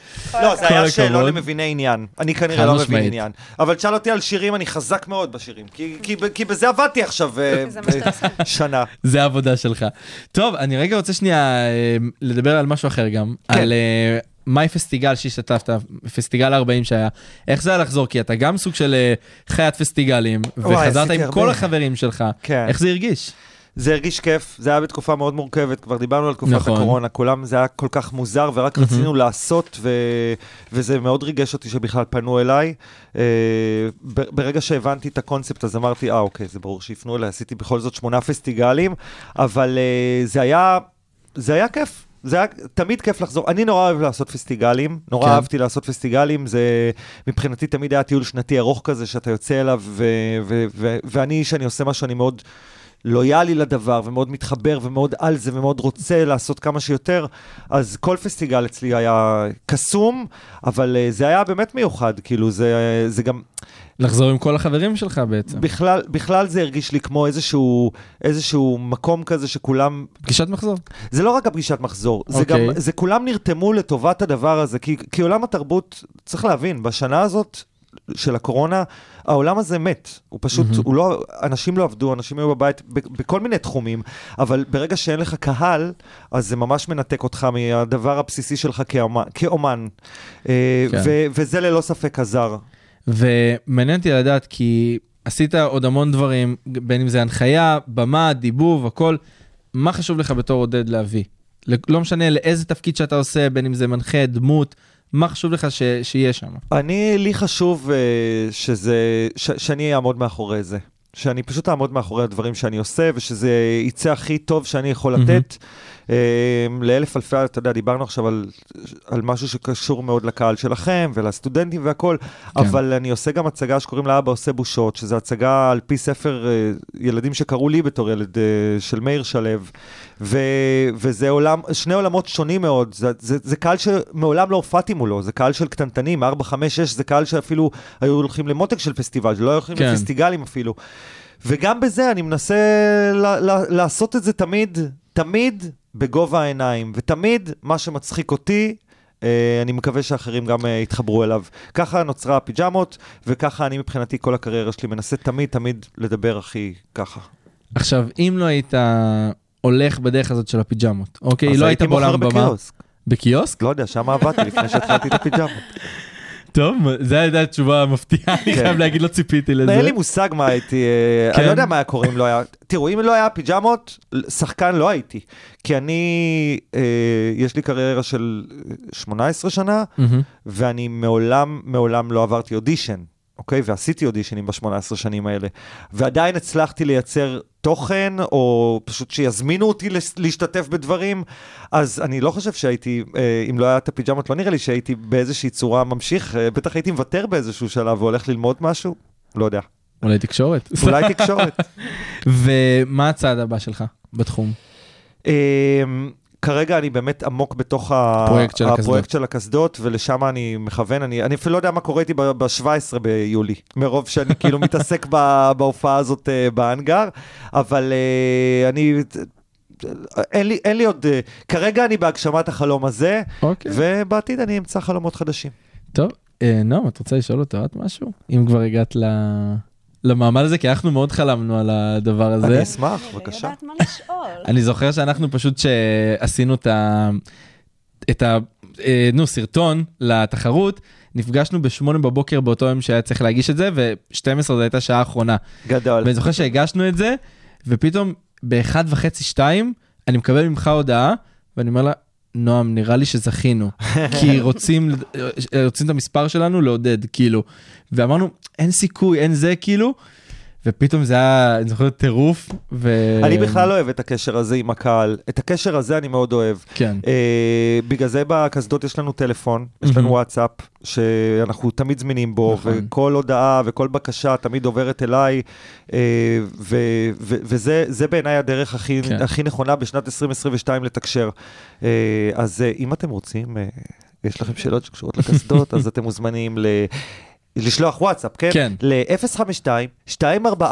S5: לא, זה
S4: כל
S5: היה
S4: הכבוד.
S5: שאלון למביני עניין. אני כנראה
S4: חד
S5: לא מבין
S4: משמעית.
S5: עניין. אבל תשאל אותי על שירים, אני חזק מאוד בשירים. כי- כי ב- כי בזה עבדתי עכשיו אה,
S7: זה מה שאתה עושה.
S5: שנה.
S4: זה העבודה שלך. טוב, אני רגע רוצה שנייה אה, לדבר על משהו אחר גם.
S5: כן.
S4: על אה, מאי פסטיגל שהשתתפת, פסטיגל 40 שהיה. איך זה היה לחזור? כי אתה גם סוג של אה, חיית פסטיגלים,
S5: וואי,
S4: וחזרת
S5: עשיתי
S4: עם
S5: הרבה.
S4: כל החברים שלך.
S5: כן.
S4: איך זה הרגיש?
S5: זה הרגיש כיף, זה היה בתקופה מאוד מורכבת, כבר דיברנו על תקופת
S4: נכון.
S5: הקורונה, כולם, זה היה כל כך מוזר, ורק רצינו לעשות, ו... וזה מאוד ריגש אותי שבכלל פנו אליי. אה, ב- ברגע שהבנתי את הקונספט, אז אמרתי, אה, אוקיי, זה ברור שיפנו אליי, עשיתי בכל זאת שמונה פסטיגלים, אבל אה, זה היה, זה היה כיף. זה היה תמיד כיף לחזור, אני נורא אוהב לעשות פסטיגלים, נורא
S4: כן.
S5: אהבתי אהבתי לעשות פסטיגלים, זה מבחינתי תמיד היה טיול שנתי ארוך כזה שאתה יוצא אליו, ו- ו- ו- ואני, שאני עושה משהו, אני מאוד לויאלי לדבר, ומאוד מתחבר, ומאוד על זה, ומאוד רוצה לעשות כמה שיותר, אז כל פסטיגל אצלי היה קסום, אבל אה, זה היה באמת מיוחד, כאילו, זה, זה גם,
S4: לחזור עם כל החברים שלך בעצם.
S5: בכלל, בכלל זה הרגיש לי כמו איזשהו, איזשהו מקום כזה שכולם
S4: פגישת מחזור.
S5: זה לא רק הפגישת מחזור, זה גם,
S4: אוקיי.
S5: זה כולם נרתמו לטובת הדבר הזה, כי, כי עולם התרבות, צריך להבין, בשנה הזאת של הקורונה, העולם הזה מת. הוא פשוט, mm-hmm. הוא לא, אנשים לא עבדו, אנשים היו בבית ב, בכל מיני תחומים, אבל ברגע שאין לך קהל, אז זה ממש מנתק אותך מהדבר הבסיסי שלך כאומן. כאומן. כן.
S4: כן.
S5: ו, וזה ללא ספק עזר.
S4: ומעניין אותי לדעת כי עשית עוד המון דברים, בין אם זה הנחיה, במה, דיבוב, הכל. מה חשוב לך בתור עודד להביא? ל- לא משנה לאיזה תפקיד שאתה עושה, בין אם זה מנחה, דמות, מה חשוב לך ש... שיהיה שם?
S5: אני, לי חשוב uh, שזה, ש, שאני אעמוד מאחורי זה. שאני פשוט אעמוד מאחורי הדברים שאני עושה, ושזה יצא הכי טוב שאני יכול לתת. Mm-hmm. לאלף אלפי, אתה יודע, דיברנו עכשיו על, על משהו שקשור מאוד לקהל שלכם ולסטודנטים והכול, כן. אבל אני עושה גם הצגה שקוראים לה אבא עושה בושות, שזו הצגה על פי ספר אה, ילדים שקראו לי בתור ילד, אה, של מאיר שלו, ו, וזה עולם, שני עולמות שונים מאוד, זה, זה, זה קהל שמעולם לא הופעתי מולו, זה קהל של קטנטנים, 4, 5, 6, זה קהל שאפילו היו הולכים למותק של פסטיבל, שלא היו הולכים
S4: כן.
S5: כן. לפסטיגלים אפילו. וגם בזה אני מנסה ל- ל- לעשות את זה תמיד, תמיד בגובה העיניים, ותמיד מה שמצחיק אותי, אה, אני מקווה שאחרים גם אה, יתחברו אליו. ככה נוצרה הפיג'מות, וככה אני מבחינתי כל הקריירה שלי מנסה תמיד תמיד לדבר הכי ככה.
S4: עכשיו, אם לא היית הולך בדרך הזאת של הפיג'מות, אוקיי?
S5: אז
S4: לא היית
S5: הייתי מוכר
S4: בעולם במה.
S5: בקיוסק.
S4: בקיוסק?
S5: לא יודע, שם עבדתי לפני שהתחלתי את הפיג'מות.
S4: טוב, זו הייתה תשובה מפתיעה, אני
S5: כן.
S4: חייב להגיד, לא ציפיתי לזה.
S5: אין לי מושג מה הייתי, אה,
S4: כן?
S5: אני לא יודע מה היה קורה אם לא היה, תראו, אם לא היה פיג'מות, שחקן לא הייתי. כי אני, אה, יש לי קריירה של 18 שנה,
S4: מהמם.
S5: ואני מעולם, מעולם לא עברתי אודישן, אוקיי? ועשיתי אודישנים ב-18 שנים האלה. ועדיין הצלחתי לייצר תוכן, או פשוט שיזמינו אותי לס- להשתתף בדברים, אז אני לא חושב שהייתי, אה, אם לא היה את הפיג'מות, לא נראה לי שהייתי באיזושהי צורה ממשיך, אה, בטח הייתי מוותר באיזשהו שלב, או הולך ללמוד משהו, לא יודע.
S4: אולי תקשורת. *laughs*
S5: אולי תקשורת.
S4: ומה הצעד הבא שלך בתחום?
S5: *laughs* אמ, כרגע אני באמת עמוק בתוך ה-
S4: הפרויקט של הקסדות.
S5: הפרויקט של הקסדות, ולשם אני מכוון. אני, אני אפילו לא יודע מה קורה איתי ב-17 ביולי, מרוב שאני כאילו מתעסק ב- *laughs* בהופעה הזאת אה, בהאנגר, אבל אה, אני... אין לי, אין לי עוד, אה, כרגע אני בהגשמת החלום הזה,
S4: אוקיי.
S5: ובעתיד אני אמצא חלומות חדשים.
S4: טוב, אה, נועם, את רוצה לשאול אותו עוד משהו? אם כבר הגעת ל- למעמד הזה, כי אנחנו מאוד חלמנו על הדבר הזה.
S5: אני אשמח,
S7: אני
S5: בבקשה.
S7: יודעת מה לשאול.
S4: אני זוכר שאנחנו פשוט שעשינו את ה... את ה... אה, נו, סרטון לתחרות, נפגשנו בשמונה בבוקר באותו יום שהיה צריך להגיש את זה, ו-12 זו הייתה שעה האחרונה.
S5: גדול.
S4: ואני זוכר שהגשנו את זה, ופתאום באחד וחצי, שתיים, אני מקבל ממך הודעה, ואני אומר לה, נועם, נראה לי שזכינו,
S5: *laughs*
S4: כי רוצים, רוצים את המספר שלנו לעודד, כאילו. ואמרנו, אין סיכוי, אין זה, כאילו. ופתאום זה היה, אני זוכר, טירוף, ו...
S5: אני בכלל לא אוהב את הקשר הזה עם הקהל. את הקשר הזה אני מאוד אוהב.
S4: כן.
S5: אה, בגלל זה בקסדות יש לנו טלפון, יש לנו
S4: מהמם.
S5: וואטסאפ, שאנחנו תמיד זמינים בו,
S4: נכון.
S5: וכל הודעה וכל בקשה תמיד עוברת אליי, אה, ו- ו- וזה זה בעיניי הדרך הכי,
S4: כן.
S5: הכי נכונה בשנת 2022 לתקשר. אה, אז אה, אם אתם רוצים, אה, יש לכם שאלות שקשורות לקסדות, אז אתם מוזמנים ל... לשלוח וואטסאפ, כן?
S4: כן.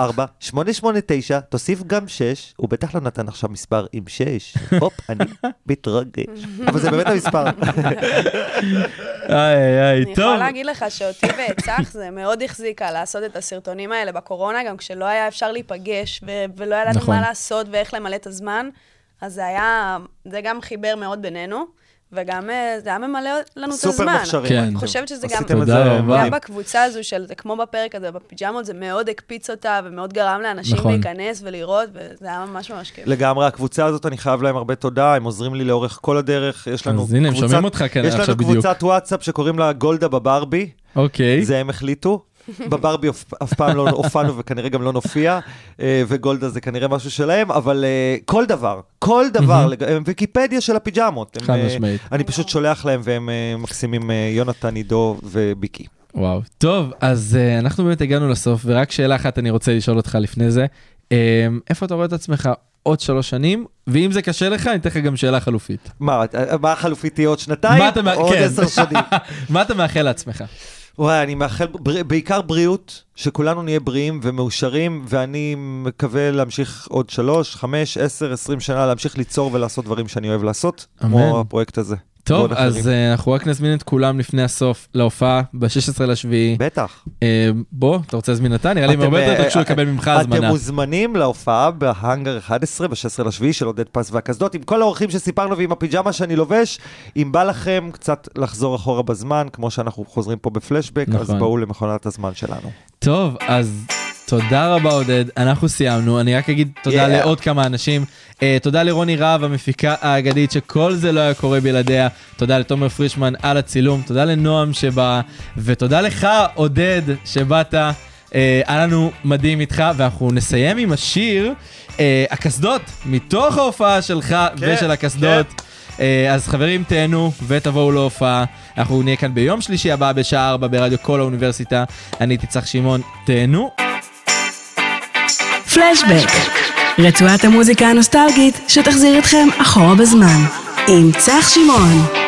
S5: ל-052-244-889, תוסיף גם 6, הוא בטח לא נתן עכשיו מספר עם 6. הופ, אני מתרגש. אבל זה באמת המספר.
S4: איי, איי,
S7: אני יכולה
S4: טוב.
S7: להגיד לך שאותי ואת צח זה מאוד החזיקה לעשות את הסרטונים האלה בקורונה, גם כשלא היה אפשר להיפגש ו- ולא ידענו
S4: נכון.
S7: מה לעשות ואיך למלא את הזמן, אז זה היה, זה גם חיבר מאוד בינינו, וגם אה, זה היה ממלא לנו את
S5: סופר
S7: הזמן.
S5: מוכשרים.
S4: כן.
S7: אני חושבת שזה גם...
S5: עשיתם את
S4: תודה
S5: זה.
S4: רבה.
S5: מדהים.
S7: גם בקבוצה הזו של, זה כמו בפרק הזה, בפיג'מות, זה מאוד הקפיץ אותה ומאוד גרם לאנשים
S4: נכון.
S7: להיכנס ולראות, וזה היה ממש ממש כיף.
S5: לגמרי, הקבוצה הזאת, אני חייב להם הרבה תודה, הם עוזרים לי לאורך כל הדרך. יש לנו
S4: אז הנה, הם
S5: קבוצת-
S4: שומעים אותך כאן
S5: יש
S4: עכשיו
S5: לנו
S4: בדיוק.
S5: קבוצת וואטסאפ שקוראים לה גולדה בברבי,
S4: אוקיי.
S5: זה הם החליטו. בברבי אף, אף פעם לא הופענו וכנראה גם לא נופיע, אה, וגולדה זה כנראה משהו שלהם, אבל אה, כל דבר, כל דבר, לג- הם ויקיפדיה של הפיג'מות. הם,
S4: חד
S5: אה,
S4: משמעית.
S5: אני פשוט שולח להם והם אה, מקסימים, אה, יונתן, עידו וביקי.
S4: וואו. טוב, אז אה, אנחנו באמת הגענו לסוף, ורק שאלה אחת אני רוצה לשאול אותך לפני זה. אה, איפה אתה רואה את עצמך עוד שלוש שנים? ואם זה קשה לך, אני אתן לך גם שאלה חלופית.
S5: מה, אה, מה החלופית תהיה עוד שנתיים?
S4: מה אתה מה-
S5: או עוד
S4: כן.
S5: עשר שנים?
S4: *laughs* מה אתה מאחל לעצמך?
S5: וואי, אני מאחל בר... בעיקר בריאות, שכולנו נהיה בריאים ומאושרים, ואני מקווה להמשיך עוד שלוש, חמש, עשר, עשרים שנה, להמשיך ליצור ולעשות דברים שאני אוהב לעשות,
S4: אמן.
S5: כמו הפרויקט הזה.
S4: טוב,
S5: ועוד אחרים.
S4: אז אה, אנחנו רק נזמין את כולם לפני הסוף להופעה ב-16 לשביעי.
S5: בטח.
S4: אה, בוא, אתה רוצה להזמין אתה? נראה לי הם
S5: אתם,
S4: הרבה יותר
S5: אה,
S4: תרגשו
S5: אה,
S4: לקבל ממך
S5: אתם
S4: הזמנה.
S5: מוזמנים להופעה בהאנגר 11 ב-16 לשביעי של עודד פס והקסדות, עם כל האורחים שסיפרנו ועם הפיג'מה שאני לובש. אם בא לכם קצת לחזור אחורה בזמן, כמו שאנחנו חוזרים פה בפלשבק, אז
S4: נכון.
S5: בואו למכונת הזמן שלנו.
S4: טוב, אז תודה רבה עודד, אנחנו סיימנו, אני רק אגיד תודה
S5: Yeah.
S4: לעוד כמה אנשים. Uh, תודה לרוני רהב, המפיקה האגדית, שכל זה לא היה קורה בלעדיה. תודה לתומר פרישמן על הצילום, תודה לנועם שבא, ותודה לך עודד שבאת. אה, היה לנו מדהים איתך, ואנחנו נסיים עם השיר אה, הקסדות, מתוך ההופעה שלך
S5: כן,
S4: ושל הקסדות. אה, אז חברים, תהנו ותבואו להופעה. אנחנו נהיה כאן ביום שלישי הבא בשעה 4 ברדיו כל האוניברסיטה. אני הייתי צח שמעון, תהנו.
S3: פלשבק, רצועת המוזיקה הנוסטלגית שתחזיר אתכם אחורה בזמן, עם צח שמעון.